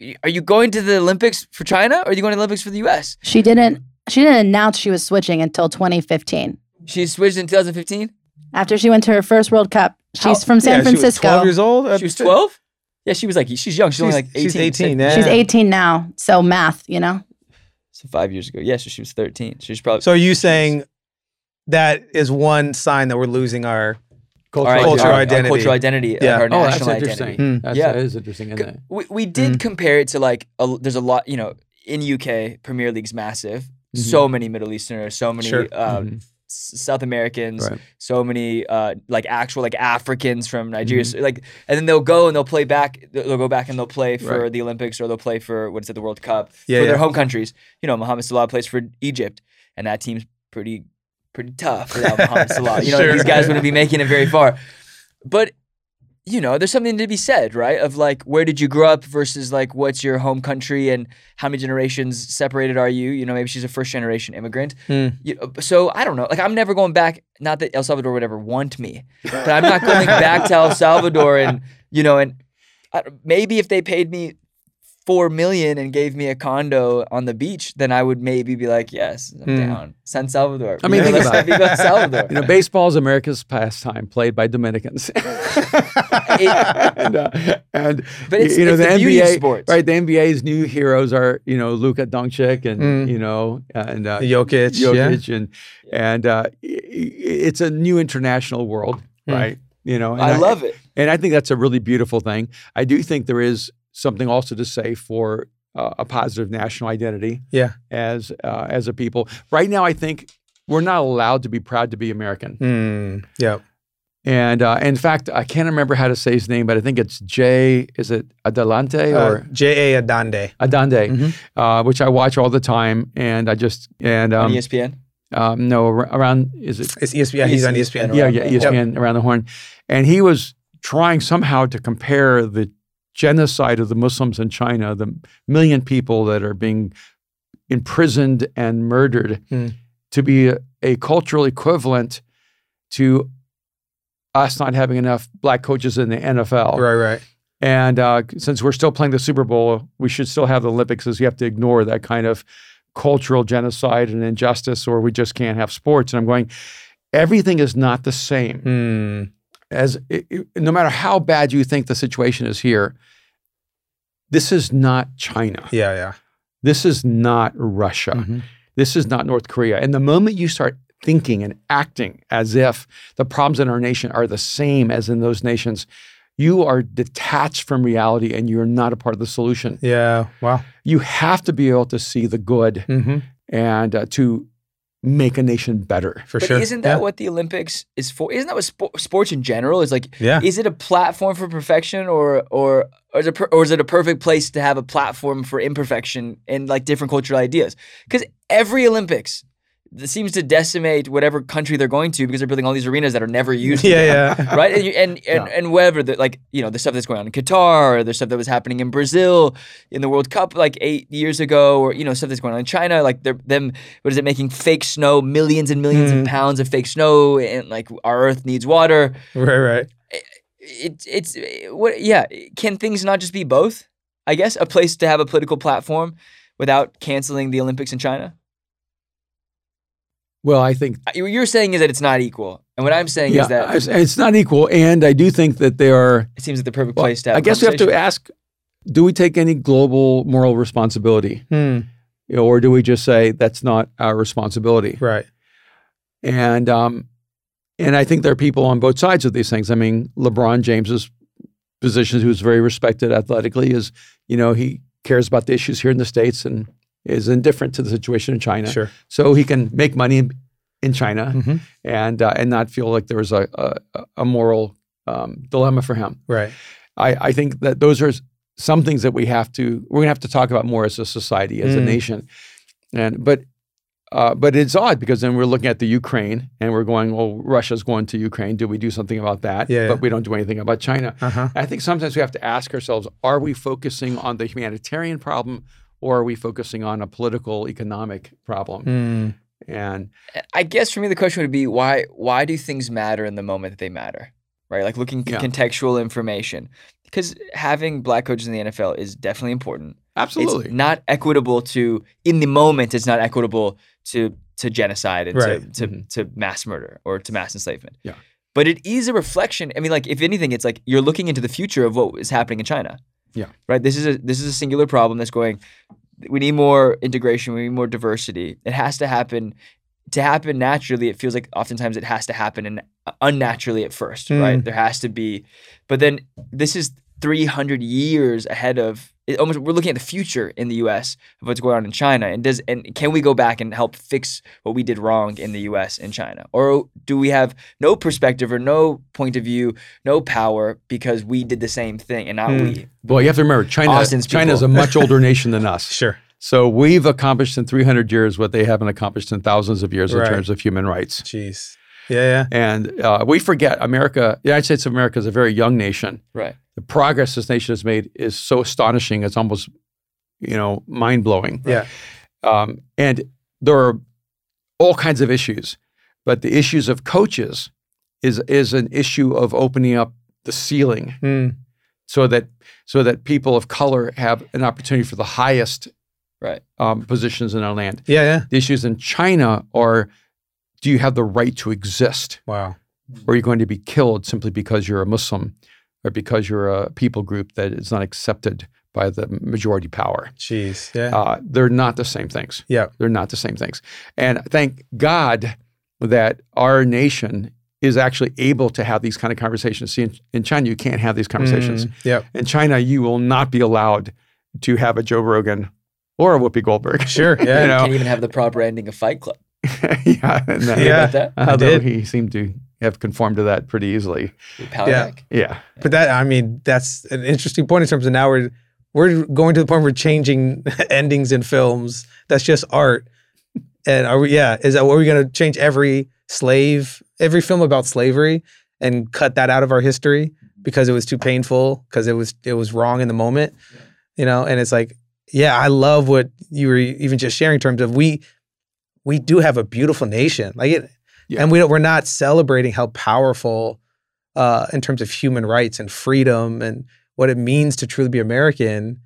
Speaker 1: y- are you going to the Olympics for China or are you going to the Olympics for the U.S.?
Speaker 4: She didn't she didn't announce she was switching until 2015.
Speaker 1: She switched in 2015.
Speaker 4: After she went to her first World Cup. She's
Speaker 1: How-
Speaker 4: from
Speaker 2: Yeah, she
Speaker 4: San
Speaker 2: was
Speaker 4: Francisco.
Speaker 2: Twelve years old.
Speaker 1: She was 12. Yeah, she was like she's young. She's, only like 18.
Speaker 2: Uh, She's eighteen.
Speaker 1: So,
Speaker 2: Yeah.
Speaker 4: She's 18 now, so math, you know.
Speaker 1: so five years ago. Yeah, so she was 13. She's probably
Speaker 2: So are you saying that is one sign that we're losing our?
Speaker 3: Cultural
Speaker 2: right,
Speaker 3: identity.
Speaker 2: cultural
Speaker 1: our- our
Speaker 2: identity.
Speaker 1: uh, Cultural identity. like
Speaker 2: Yeah.
Speaker 1: Our
Speaker 3: Oh,
Speaker 1: national
Speaker 3: that's
Speaker 1: identity. Hmm.
Speaker 3: interesting.
Speaker 2: identity.
Speaker 3: That's,
Speaker 1: Yeah.
Speaker 3: That is interesting. Isn't
Speaker 1: C-
Speaker 3: it?
Speaker 1: We, we did
Speaker 2: Mm.
Speaker 1: compare it to like a, there's a lot you know in UK Premier League's massive
Speaker 3: Mm-hmm.
Speaker 1: so many Middle Easterners so many
Speaker 2: Sure.
Speaker 1: uh,
Speaker 3: Mhm.
Speaker 1: S- South Americans
Speaker 3: Right.
Speaker 1: so many uh, like actual like Africans from Nigeria
Speaker 2: Mm-hmm.
Speaker 1: so, like and then they'll go and they'll play back they'll they'll go back and they'll play for
Speaker 3: Right.
Speaker 1: the Olympics or they'll play for what is it the World Cup
Speaker 2: Yeah,
Speaker 1: for their
Speaker 2: yeah.
Speaker 1: home countries you know Mohamed Salah plays for Egypt and that team's pretty pretty tough without Mohamed Salah you know
Speaker 2: Sure.
Speaker 1: these guys wouldn't be making it very far but you know, there's something to be said, right? Of like, where did you grow up versus like, what's your home country and how many generations separated are you? You know, maybe she's a first generation immigrant.
Speaker 2: Hmm.
Speaker 1: You, uh, so I don't know. Like, I'm never going back. Not that El Salvador would ever want me, but I'm not going back to El Salvador. And you know, and I, maybe if they paid me four million and gave me a condo on the beach, then I would maybe be like, yes, I'm
Speaker 2: Hmm.
Speaker 1: down. San Salvador.
Speaker 3: I
Speaker 1: You
Speaker 3: mean,
Speaker 1: know,
Speaker 3: think
Speaker 1: let's
Speaker 3: about it.
Speaker 1: go to El Salvador.
Speaker 3: You know, baseball is America's pastime, played by Dominicans. and, uh, and
Speaker 1: But it's-
Speaker 3: you know
Speaker 1: it's
Speaker 3: the,
Speaker 1: the beauty
Speaker 3: NBA,
Speaker 1: of sports.
Speaker 3: right? The NBA's new heroes are you know Luka Doncic and
Speaker 2: Mm.
Speaker 3: you know and uh,
Speaker 2: Jokic. yeah.
Speaker 3: Jokic and and uh, i- i- it's a new international world,
Speaker 2: Mm.
Speaker 3: right? You know, and
Speaker 1: I love it.
Speaker 3: and I think that's a really beautiful thing. I do think there is something also to say for uh, a positive national identity.
Speaker 2: Yeah.
Speaker 3: As uh, as a people, right now I think we're not allowed to be proud to be American.
Speaker 2: Hmm. Yeah.
Speaker 3: And uh, in fact, I can't remember how to say his name, but I think it's Jay. Is it Adelante
Speaker 2: Uh,
Speaker 3: or
Speaker 2: J. A. Adande.
Speaker 3: Adande?
Speaker 2: Mhm.
Speaker 3: Uh, which I watch all the time, and I just and
Speaker 1: on E
Speaker 3: um,
Speaker 1: ESPN.
Speaker 3: um, no ar- around is it
Speaker 2: It's E ESPN. Yeah, he's on ESPN.
Speaker 1: Yeah.
Speaker 3: yeah, yeah, E
Speaker 1: Yep.
Speaker 3: ESPN around the horn, and he was trying somehow to compare the genocide of the Muslims in China, the million people that are being imprisoned and murdered,
Speaker 2: Hmm.
Speaker 3: to be a, a cultural equivalent to us not having enough black coaches in the NFL.
Speaker 2: Right. Right.
Speaker 3: And uh, since we're still playing the Super Bowl, we should still have the Olympics, as we have to ignore that kind of cultural genocide and injustice, or we just can't have sports. And I'm going, everything is not the same.
Speaker 2: Hmm.
Speaker 3: As i i- no matter how bad you think the situation is here, this is not China.
Speaker 2: Yeah. Yeah.
Speaker 3: This is not Russia.
Speaker 1: Mm-hmm.
Speaker 2: Mhm.
Speaker 3: This is not North Korea. And the moment you start thinking and acting as if the problems in our nation are the same as in those nations, you are detached from reality and you're not a part of the solution.
Speaker 2: Yeah. Wow.
Speaker 3: You have to be able to see the good
Speaker 2: Mm-hmm.
Speaker 3: and uh, to make a nation better.
Speaker 2: for
Speaker 1: but
Speaker 2: sure.
Speaker 1: isn't that
Speaker 2: yeah.
Speaker 1: what the Olympics is for? Isn't that what spo- sports in general is like?
Speaker 2: Yeah.
Speaker 1: Is it a platform for perfection, or or or is, it per- or is it a perfect place to have a platform for imperfection and like different cultural ideas? Because every Olympics th- seems to decimate whatever country they're going to because they're building all these arenas that are never used.
Speaker 2: yeah, yeah.
Speaker 1: right? And you- and and,
Speaker 3: Yeah.
Speaker 1: and whether the, like you know the stuff that's going on in Qatar, or the stuff that was happening in Brazil in the World Cup like eight years ago, or you know stuff that's going on in China, like they're them what is it making fake snow, millions and millions
Speaker 2: Mm.
Speaker 1: of pounds of fake snow, and like our Earth needs water.
Speaker 2: right, right.
Speaker 1: It, it's what yeah. Can things not just be both? I guess a place to have a political platform without canceling the Olympics in China.
Speaker 3: Well, I think
Speaker 1: Uh, What you're saying is that it's not equal, and what I'm saying
Speaker 3: yeah,
Speaker 1: is that
Speaker 3: it's- it's not equal, and I do think that there are.
Speaker 1: it seems like the perfect
Speaker 3: Well,
Speaker 1: place to. Have
Speaker 3: I
Speaker 1: a
Speaker 3: guess we have to
Speaker 1: conversation.
Speaker 3: ask: Do we take any global moral responsibility,
Speaker 2: Hmm.
Speaker 3: You know, or do we just say that's not our responsibility?
Speaker 2: Right.
Speaker 3: And um, and I think there are people on both sides of these things. I mean, LeBron James's position, who's very respected athletically, is you know he cares about the issues here in the states and is indifferent to the situation in China,
Speaker 2: Sure.
Speaker 3: so he can make money in, in China
Speaker 2: Mhm.
Speaker 3: and uh, and not feel like there was a a, a moral um, dilemma for him.
Speaker 2: Right.
Speaker 3: I, I think that those are s- some things that we have to we're gonna have to talk about more as a society, as a
Speaker 2: Mm.
Speaker 3: nation. And but uh, but it's odd because then we're looking at the Ukraine and we're going, well, Russia's going to Ukraine. Do we do something about that?
Speaker 2: Yeah,
Speaker 3: but
Speaker 2: yeah.
Speaker 3: we don't do anything about China.
Speaker 2: Uh huh.
Speaker 3: I think sometimes we have to ask ourselves, are we focusing on the humanitarian problem or are we focusing on a political economic problem?
Speaker 2: Hmm.
Speaker 3: And
Speaker 1: I guess for me the question would be why why do things matter in the moment that they matter? Right? Like looking at
Speaker 3: Yeah.
Speaker 1: contextual information. Because having black coaches in the NFL is definitely important.
Speaker 3: absolutely.
Speaker 1: It's not equitable to in the moment it's not equitable to to genocide and
Speaker 2: Right.
Speaker 1: to, to,
Speaker 3: Mhm.
Speaker 1: to mass murder or to mass enslavement.
Speaker 3: Yeah.
Speaker 1: But it is a reflection. I mean, like if anything, it's like you're looking into the future of what is happening in China.
Speaker 3: Yeah.
Speaker 1: Right. This is a this is a singular problem that's going. We need more integration. We need more diversity. It has to happen. To happen naturally, it feels like oftentimes it has to happen and unnaturally at first, right? There has to be, but then this is 300 years ahead of. It almost we're looking at the future in the U.S. of what's going on in China, and does and can we go back and help fix what we did wrong in the U.S. and China, or do we have no perspective or no point of view, no power because we did the same thing and not
Speaker 2: Hmm.
Speaker 1: we?
Speaker 3: well, you have to remember China
Speaker 1: Austin's
Speaker 3: China is a
Speaker 1: people.
Speaker 3: much older nation than us.
Speaker 2: Sure.
Speaker 3: So we've accomplished in 300 years what they haven't accomplished in thousands of years
Speaker 2: Right.
Speaker 3: in terms of human rights.
Speaker 2: Jeez. Yeah,
Speaker 3: And uh, we forget America, the United States of America is a very young nation.
Speaker 1: Right.
Speaker 3: The progress this nation has made is so astonishing, it's almost, you know, mind blowing.
Speaker 2: yeah.
Speaker 3: Um, and there are all kinds of issues, but the issues of coaches is, is an issue of opening up the ceiling
Speaker 2: Yeah. Hmm.
Speaker 3: so that so that people of color have an opportunity for the highest
Speaker 1: Right.
Speaker 3: um, positions in our land.
Speaker 2: Yeah, yeah.
Speaker 3: The issues in China are do you have the right to exist?
Speaker 2: Wow.
Speaker 3: Or are you going to be killed simply because you're a Muslim or because you're a people group that is not accepted by the majority power?
Speaker 2: Jeez. Yeah.
Speaker 3: Uh, they're not the same things.
Speaker 2: Yeah.
Speaker 3: They're not the same things. And thank God that our nation is actually able to have these kind of conversations. See, in, in China, you can't have these conversations.
Speaker 2: Mm. Yep.
Speaker 3: In China, you will not be allowed to have a Joe Rogan or a Whoopi Goldberg.
Speaker 2: Sure. Yeah.
Speaker 3: You know.
Speaker 1: Can't even have the proper ending of Fight Club.
Speaker 3: yeah. and that-
Speaker 1: Think
Speaker 2: Yeah.
Speaker 1: About that.
Speaker 2: I
Speaker 3: Although
Speaker 2: did.
Speaker 3: he seemed to have conformed to that pretty easily.
Speaker 1: We power
Speaker 2: Yeah.
Speaker 1: back.
Speaker 3: Yeah.
Speaker 2: But that I mean, that's an interesting point in terms of now we're we're going to the point where we're changing endings in films. That's just art. And are we yeah, is that are we gonna change every slave, every film about slavery and cut that out of our history because it was too painful, because it was it was wrong in the moment. You know, and it's like, yeah, I love what you were even just sharing in terms of we we do have a beautiful nation. Like it
Speaker 3: Yeah.
Speaker 2: and we don't, we're not celebrating how powerful uh, in terms of human rights and freedom and what it means to truly be American.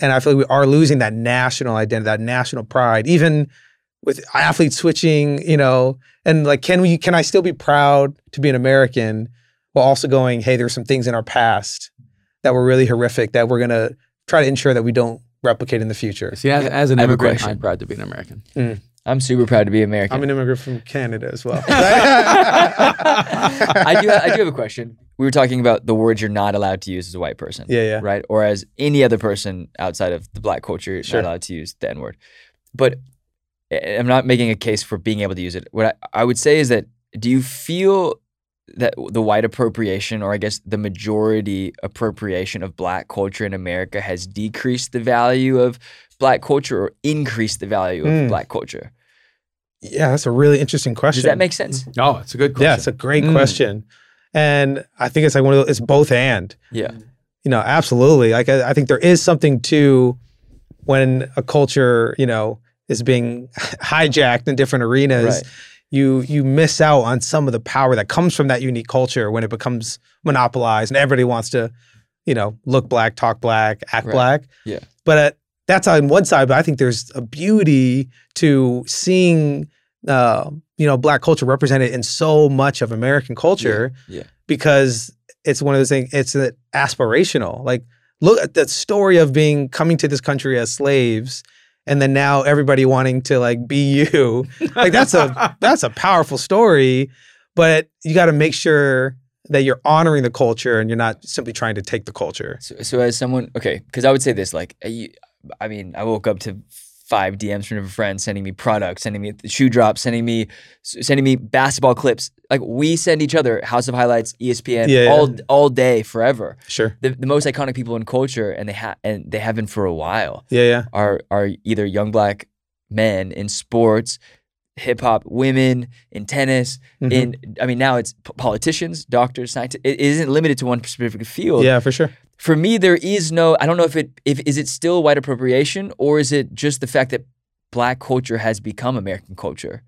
Speaker 2: And I feel like we are losing that national identity, that national pride, even with athletes switching, you know, and like, can we, can I still be proud to be an American while also going, hey, there's some things in our past that were really horrific that we're going to try to ensure that we don't replicate in the future.
Speaker 3: See, as, as an
Speaker 1: I have a
Speaker 3: immigrant,
Speaker 1: question.
Speaker 3: I'm proud to be an American.
Speaker 1: I'm super proud to be American.
Speaker 2: I'm an immigrant from Canada as well.
Speaker 1: I do. I do have a question. We were talking about the words you're not allowed to use as a white person.
Speaker 2: Yeah, yeah.
Speaker 1: Right. Or as any other person outside of the black culture, you're
Speaker 2: Sure.
Speaker 1: not allowed to use the N word. But I- I'm not making a case for being able to use it. What I, I would say is that do you feel that the white appropriation, or I guess the majority appropriation of black culture in America, has decreased the value of black culture or increased the value of
Speaker 2: Mm.
Speaker 1: black culture?
Speaker 2: Yeah, that's a really interesting question.
Speaker 1: Does that make sense?
Speaker 3: Oh, it's a good question.
Speaker 2: Yeah, it's a great
Speaker 1: Mm.
Speaker 2: question, and I think it's like one of the, it's both and.
Speaker 1: Yeah.
Speaker 2: You know, absolutely. Like I, I think there is something to when a culture, you know, is being hijacked in different arenas.
Speaker 1: Right.
Speaker 2: You you miss out on some of the power that comes from that unique culture when it becomes monopolized and everybody wants to, you know, look black, talk black, act
Speaker 1: Right.
Speaker 2: black.
Speaker 1: Yeah.
Speaker 2: But uh, that's on one side. But I think there's a beauty to seeing, uh, you know, black culture represented in so much of American culture
Speaker 1: Yeah.
Speaker 2: because it's one of those things. It's uh, aspirational. Like, look at the story of being coming to this country as slaves, and then now everybody wanting to like be you. Like that's a that's a powerful story, but you got to make sure that you're honoring the culture and you're not simply trying to take the culture.
Speaker 1: So, so as someone, okay, because I would say this, like, uh, you, I mean, I woke up to five DMs from different friends sending me products, sending me shoe drops, sending me, s- sending me basketball clips. Like we send each other House of Highlights, E ESPN,
Speaker 2: Yeah, yeah.
Speaker 1: all all day, forever.
Speaker 2: Sure.
Speaker 1: The, the most iconic people in culture, and they ha- and they have been for a while,
Speaker 2: Yeah, yeah.
Speaker 1: are are either young black men in sports, hip hop, women in tennis.
Speaker 2: Mhm.
Speaker 1: In I mean, now it's p- politicians, doctors, scientists. It isn't limited to one specific field
Speaker 2: yeah, for sure.
Speaker 1: for me there is no i don't know if it if is it still white appropriation or is it just the fact that black culture has become american culture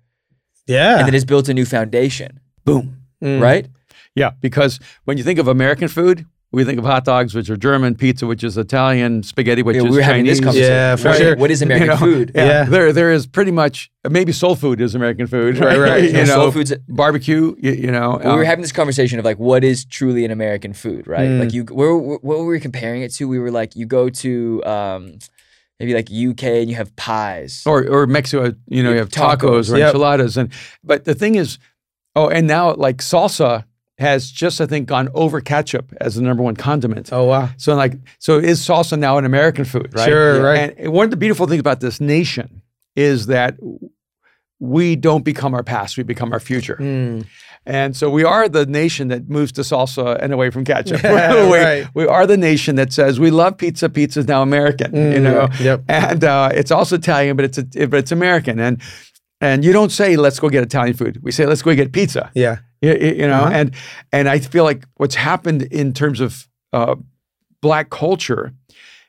Speaker 1: and
Speaker 2: Yeah.
Speaker 1: that it's built a new foundation
Speaker 3: boom.
Speaker 2: Mm.
Speaker 1: right
Speaker 3: Yeah, because when you think of American food, we think of hot dogs, which are German, pizza, which is Italian, spaghetti, which
Speaker 1: Yeah, we
Speaker 3: is
Speaker 1: were
Speaker 3: Chinese.
Speaker 1: having this conversation
Speaker 2: Yeah, for
Speaker 1: What-
Speaker 2: sure.
Speaker 1: what is american
Speaker 3: know,
Speaker 1: food
Speaker 3: Yeah,
Speaker 2: Yeah.
Speaker 3: there there is pretty much maybe soul food is American food, right?
Speaker 2: right.
Speaker 3: you know,
Speaker 1: soul foods
Speaker 3: barbecue, you, you know.
Speaker 1: we
Speaker 3: um,
Speaker 1: were having this conversation of like what is truly an american food right
Speaker 2: Mm.
Speaker 1: like you where, where- what were we comparing it to we were like you go to um maybe like uk and you have pies
Speaker 3: or or Mexico, you know, you have tacos, or
Speaker 2: Yep.
Speaker 3: enchiladas, and but the thing is, oh, and now like salsa has just I think gone over ketchup as the number one condiment.
Speaker 2: Oh wow.
Speaker 3: So like, so is salsa now an American food, right?
Speaker 2: Sure. Right.
Speaker 3: And one of the beautiful things about this nation is that we don't become our past; we become our future.
Speaker 2: Mm.
Speaker 3: And so we are the nation that moves to salsa and away from ketchup.
Speaker 2: Yeah,
Speaker 3: we,
Speaker 2: right.
Speaker 3: we are the nation that says we love pizza. Pizza is now American. you
Speaker 2: Mm,
Speaker 3: know,
Speaker 2: yep.
Speaker 3: and uh, it's also Italian, but it's a, but it's American. And and you don't say let's go get Italian food. We say let's go get pizza.
Speaker 2: Yeah.
Speaker 3: You, you- you know,
Speaker 2: Uh-huh.
Speaker 3: and and I feel like what's happened in terms of uh, black culture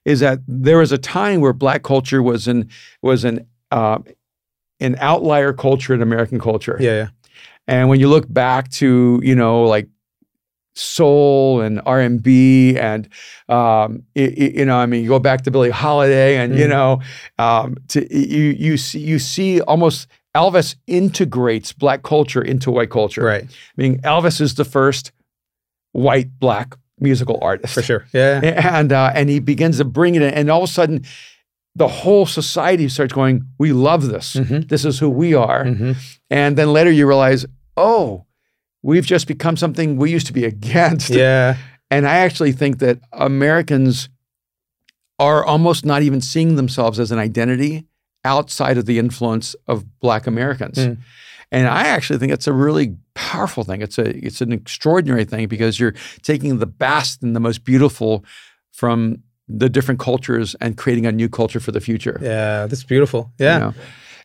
Speaker 3: is that there was a time where black culture was an was an uh, an outlier culture in American culture.
Speaker 2: Yeah. Yeah.
Speaker 3: And when you look back to, you know, like soul and R&B and, um, y- y- you know, I mean, you go back to Billie Holiday and, you
Speaker 2: Mhm.
Speaker 3: know, um, to, you, you see, you see almost Elvis integrates black culture into white culture.
Speaker 2: Right.
Speaker 3: Meaning Elvis is the first white black musical artist
Speaker 2: For sure. Yeah. yeah.
Speaker 3: and uh, and he begins to bring it in, and all of a sudden, the whole society starts going, "We love this.
Speaker 2: Mhm.
Speaker 3: This is who we are."
Speaker 2: Mhm.
Speaker 3: And then later you realize, oh, we've just become something we used to be against.
Speaker 2: Yeah.
Speaker 3: And I actually think that Americans are almost not even seeing themselves as an identity outside of the influence of black Americans.
Speaker 2: Mm.
Speaker 3: And I actually think it's a really powerful thing. It's a it's an extraordinary thing because you're taking the best and the most beautiful from the different cultures and creating a new culture for the future.
Speaker 2: Yeah. That's beautiful.
Speaker 3: you
Speaker 2: Yeah.
Speaker 3: know?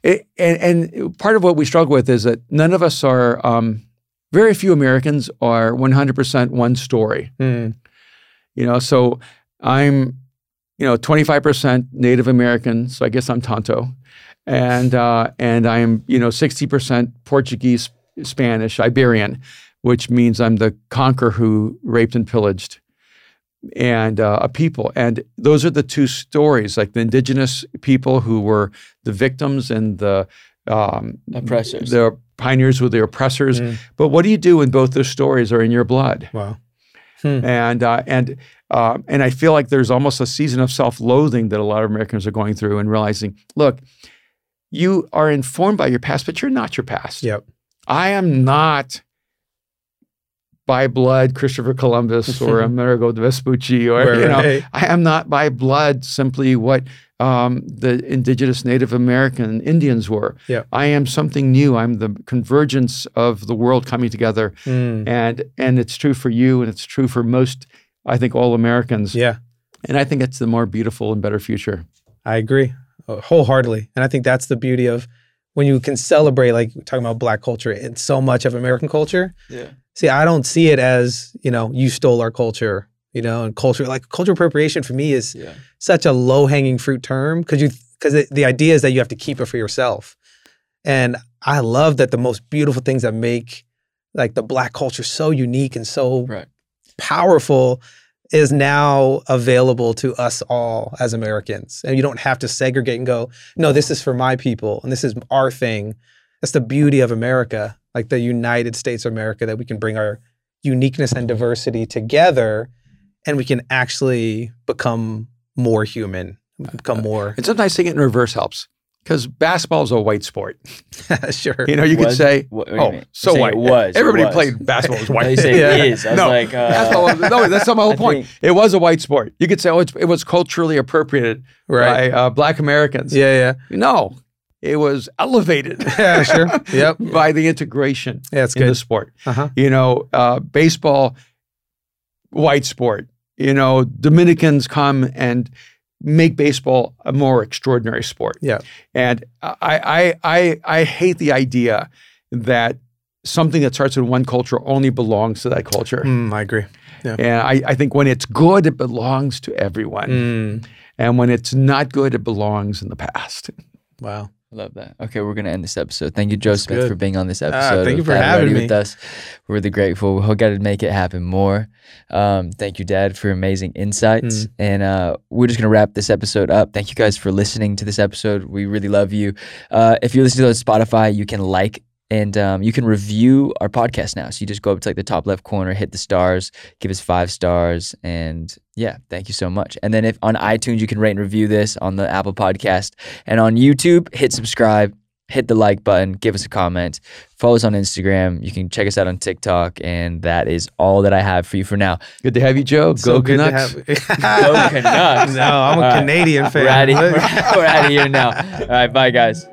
Speaker 3: It- and, and part of what we struggle with is that none of us are, um, very few Americans are 100% one story.
Speaker 2: Mm.
Speaker 3: You know, so I'm, you know, 25% Native American, so I guess I'm Tonto, and uh, and I'm, you know, 60% Portuguese, Spanish, Iberian, which means I'm the conqueror who raped and pillaged, and uh, a people, and those are the two stories, like the indigenous people who were the victims and the um,
Speaker 1: Oppressors.
Speaker 3: the pioneers were the oppressors.
Speaker 2: Mm.
Speaker 3: But what do you do when both those stories are in your blood?
Speaker 2: Wow.
Speaker 3: and uh, and uh, and I feel like there's almost a season of self-loathing that a lot of Americans are going through and realizing, look, you are informed by your past, but you're not your past.
Speaker 2: Yep.
Speaker 3: I am not by blood Christopher Columbus or Amerigo Vespucci or
Speaker 2: Right,
Speaker 3: you know
Speaker 2: right.
Speaker 3: I am not by blood simply what um, the indigenous Native American Indians were.
Speaker 2: Yeah.
Speaker 3: I am something new. I'm the convergence of the world coming together,
Speaker 2: Mm.
Speaker 3: and and it's true for you, and it's true for most. I think all Americans,
Speaker 2: Yeah,
Speaker 3: and I think it's the more beautiful and better future.
Speaker 2: I agree uh, wholeheartedly, and I think that's the beauty of when you can celebrate, like we're talking about Black culture and so much of American culture.
Speaker 1: Yeah.
Speaker 2: See, I don't see it as you know you stole our culture, you know, and culture like cultural appropriation for me is
Speaker 1: Yeah.
Speaker 2: such a low hanging fruit term because you because the idea is that you have to keep it for yourself, and I love that the most beautiful things that make like the Black culture so unique and so
Speaker 1: Right.
Speaker 2: powerful is now available to us all as Americans. And you don't have to segregate and go, no, this is for my people and this is our thing. That's the beauty of America, like the United States of America, that we can bring our uniqueness and diversity together and we can actually become more human, we can become more.
Speaker 3: And sometimes seeing it in reverse helps because basketball is a white sport.
Speaker 2: sure.
Speaker 3: You know, you could
Speaker 1: Was-
Speaker 3: say,
Speaker 1: What, what do you
Speaker 3: "Oh,
Speaker 1: mean? You're
Speaker 3: so
Speaker 1: saying
Speaker 3: white."
Speaker 1: It was.
Speaker 3: Everybody
Speaker 1: it was.
Speaker 3: played basketball was
Speaker 1: They
Speaker 3: white.
Speaker 1: say
Speaker 2: Yeah.
Speaker 1: it is. I was
Speaker 3: No.
Speaker 1: like, uh,
Speaker 3: Basketball was- no, that's not my whole
Speaker 1: I
Speaker 3: point.
Speaker 1: think-
Speaker 3: It was a white sport. You could say, "Oh, it's, it was culturally appropriated
Speaker 2: Right.
Speaker 3: by uh, Black Americans."
Speaker 2: Yeah, yeah.
Speaker 3: No, it was elevated.
Speaker 2: Yeah, sure. Yep.
Speaker 3: By the integration
Speaker 2: Yeah, it's
Speaker 3: in the
Speaker 2: good.
Speaker 3: sport.
Speaker 2: Uh-huh.
Speaker 3: You know, uh, baseball, white sport. You know, Dominicans come and make baseball a more extraordinary sport.
Speaker 2: Yeah.
Speaker 3: And I, I, I, I hate the idea that something that starts in one culture only belongs to that culture.
Speaker 2: Mm, I agree.
Speaker 3: And I, I think when it's good, it belongs to everyone.
Speaker 2: Mm,
Speaker 3: And when it's not good, it belongs in the past.
Speaker 2: wow.
Speaker 1: I Love that. Okay, we're gonna end this episode. Thank you, Joe Smith,
Speaker 2: good. Ah,
Speaker 1: for being on this
Speaker 2: thank
Speaker 1: episode.
Speaker 2: you
Speaker 1: of
Speaker 2: for
Speaker 1: Dad
Speaker 2: having
Speaker 1: Ready
Speaker 2: me.
Speaker 1: with us. We're really grateful. We hope to make it happen more. Um, thank you, Dad, for amazing insights. And uh, we're just gonna wrap this episode up. Thank you guys for listening to this episode. We really love you. Uh, if you're listening to us on Spotify, you can like and um, you can review our podcast now. So you just go up to like the top left corner, hit the stars, give us five stars, and yeah, thank you so much. And then if on iTunes, you can rate and review this on the Apple Podcast and on YouTube, hit subscribe, hit the like button, give us a comment, follow us on Instagram. You can check us out on TikTok, and that is all that I have for you for now.
Speaker 3: Good to have you, Joe.
Speaker 2: So
Speaker 3: Go
Speaker 2: good to
Speaker 3: Canucks.
Speaker 2: have-
Speaker 1: Go Canucks.
Speaker 2: No,
Speaker 1: All
Speaker 2: I'm a
Speaker 1: right.
Speaker 2: Canadian fan.
Speaker 1: We're out of here now. All right, bye guys.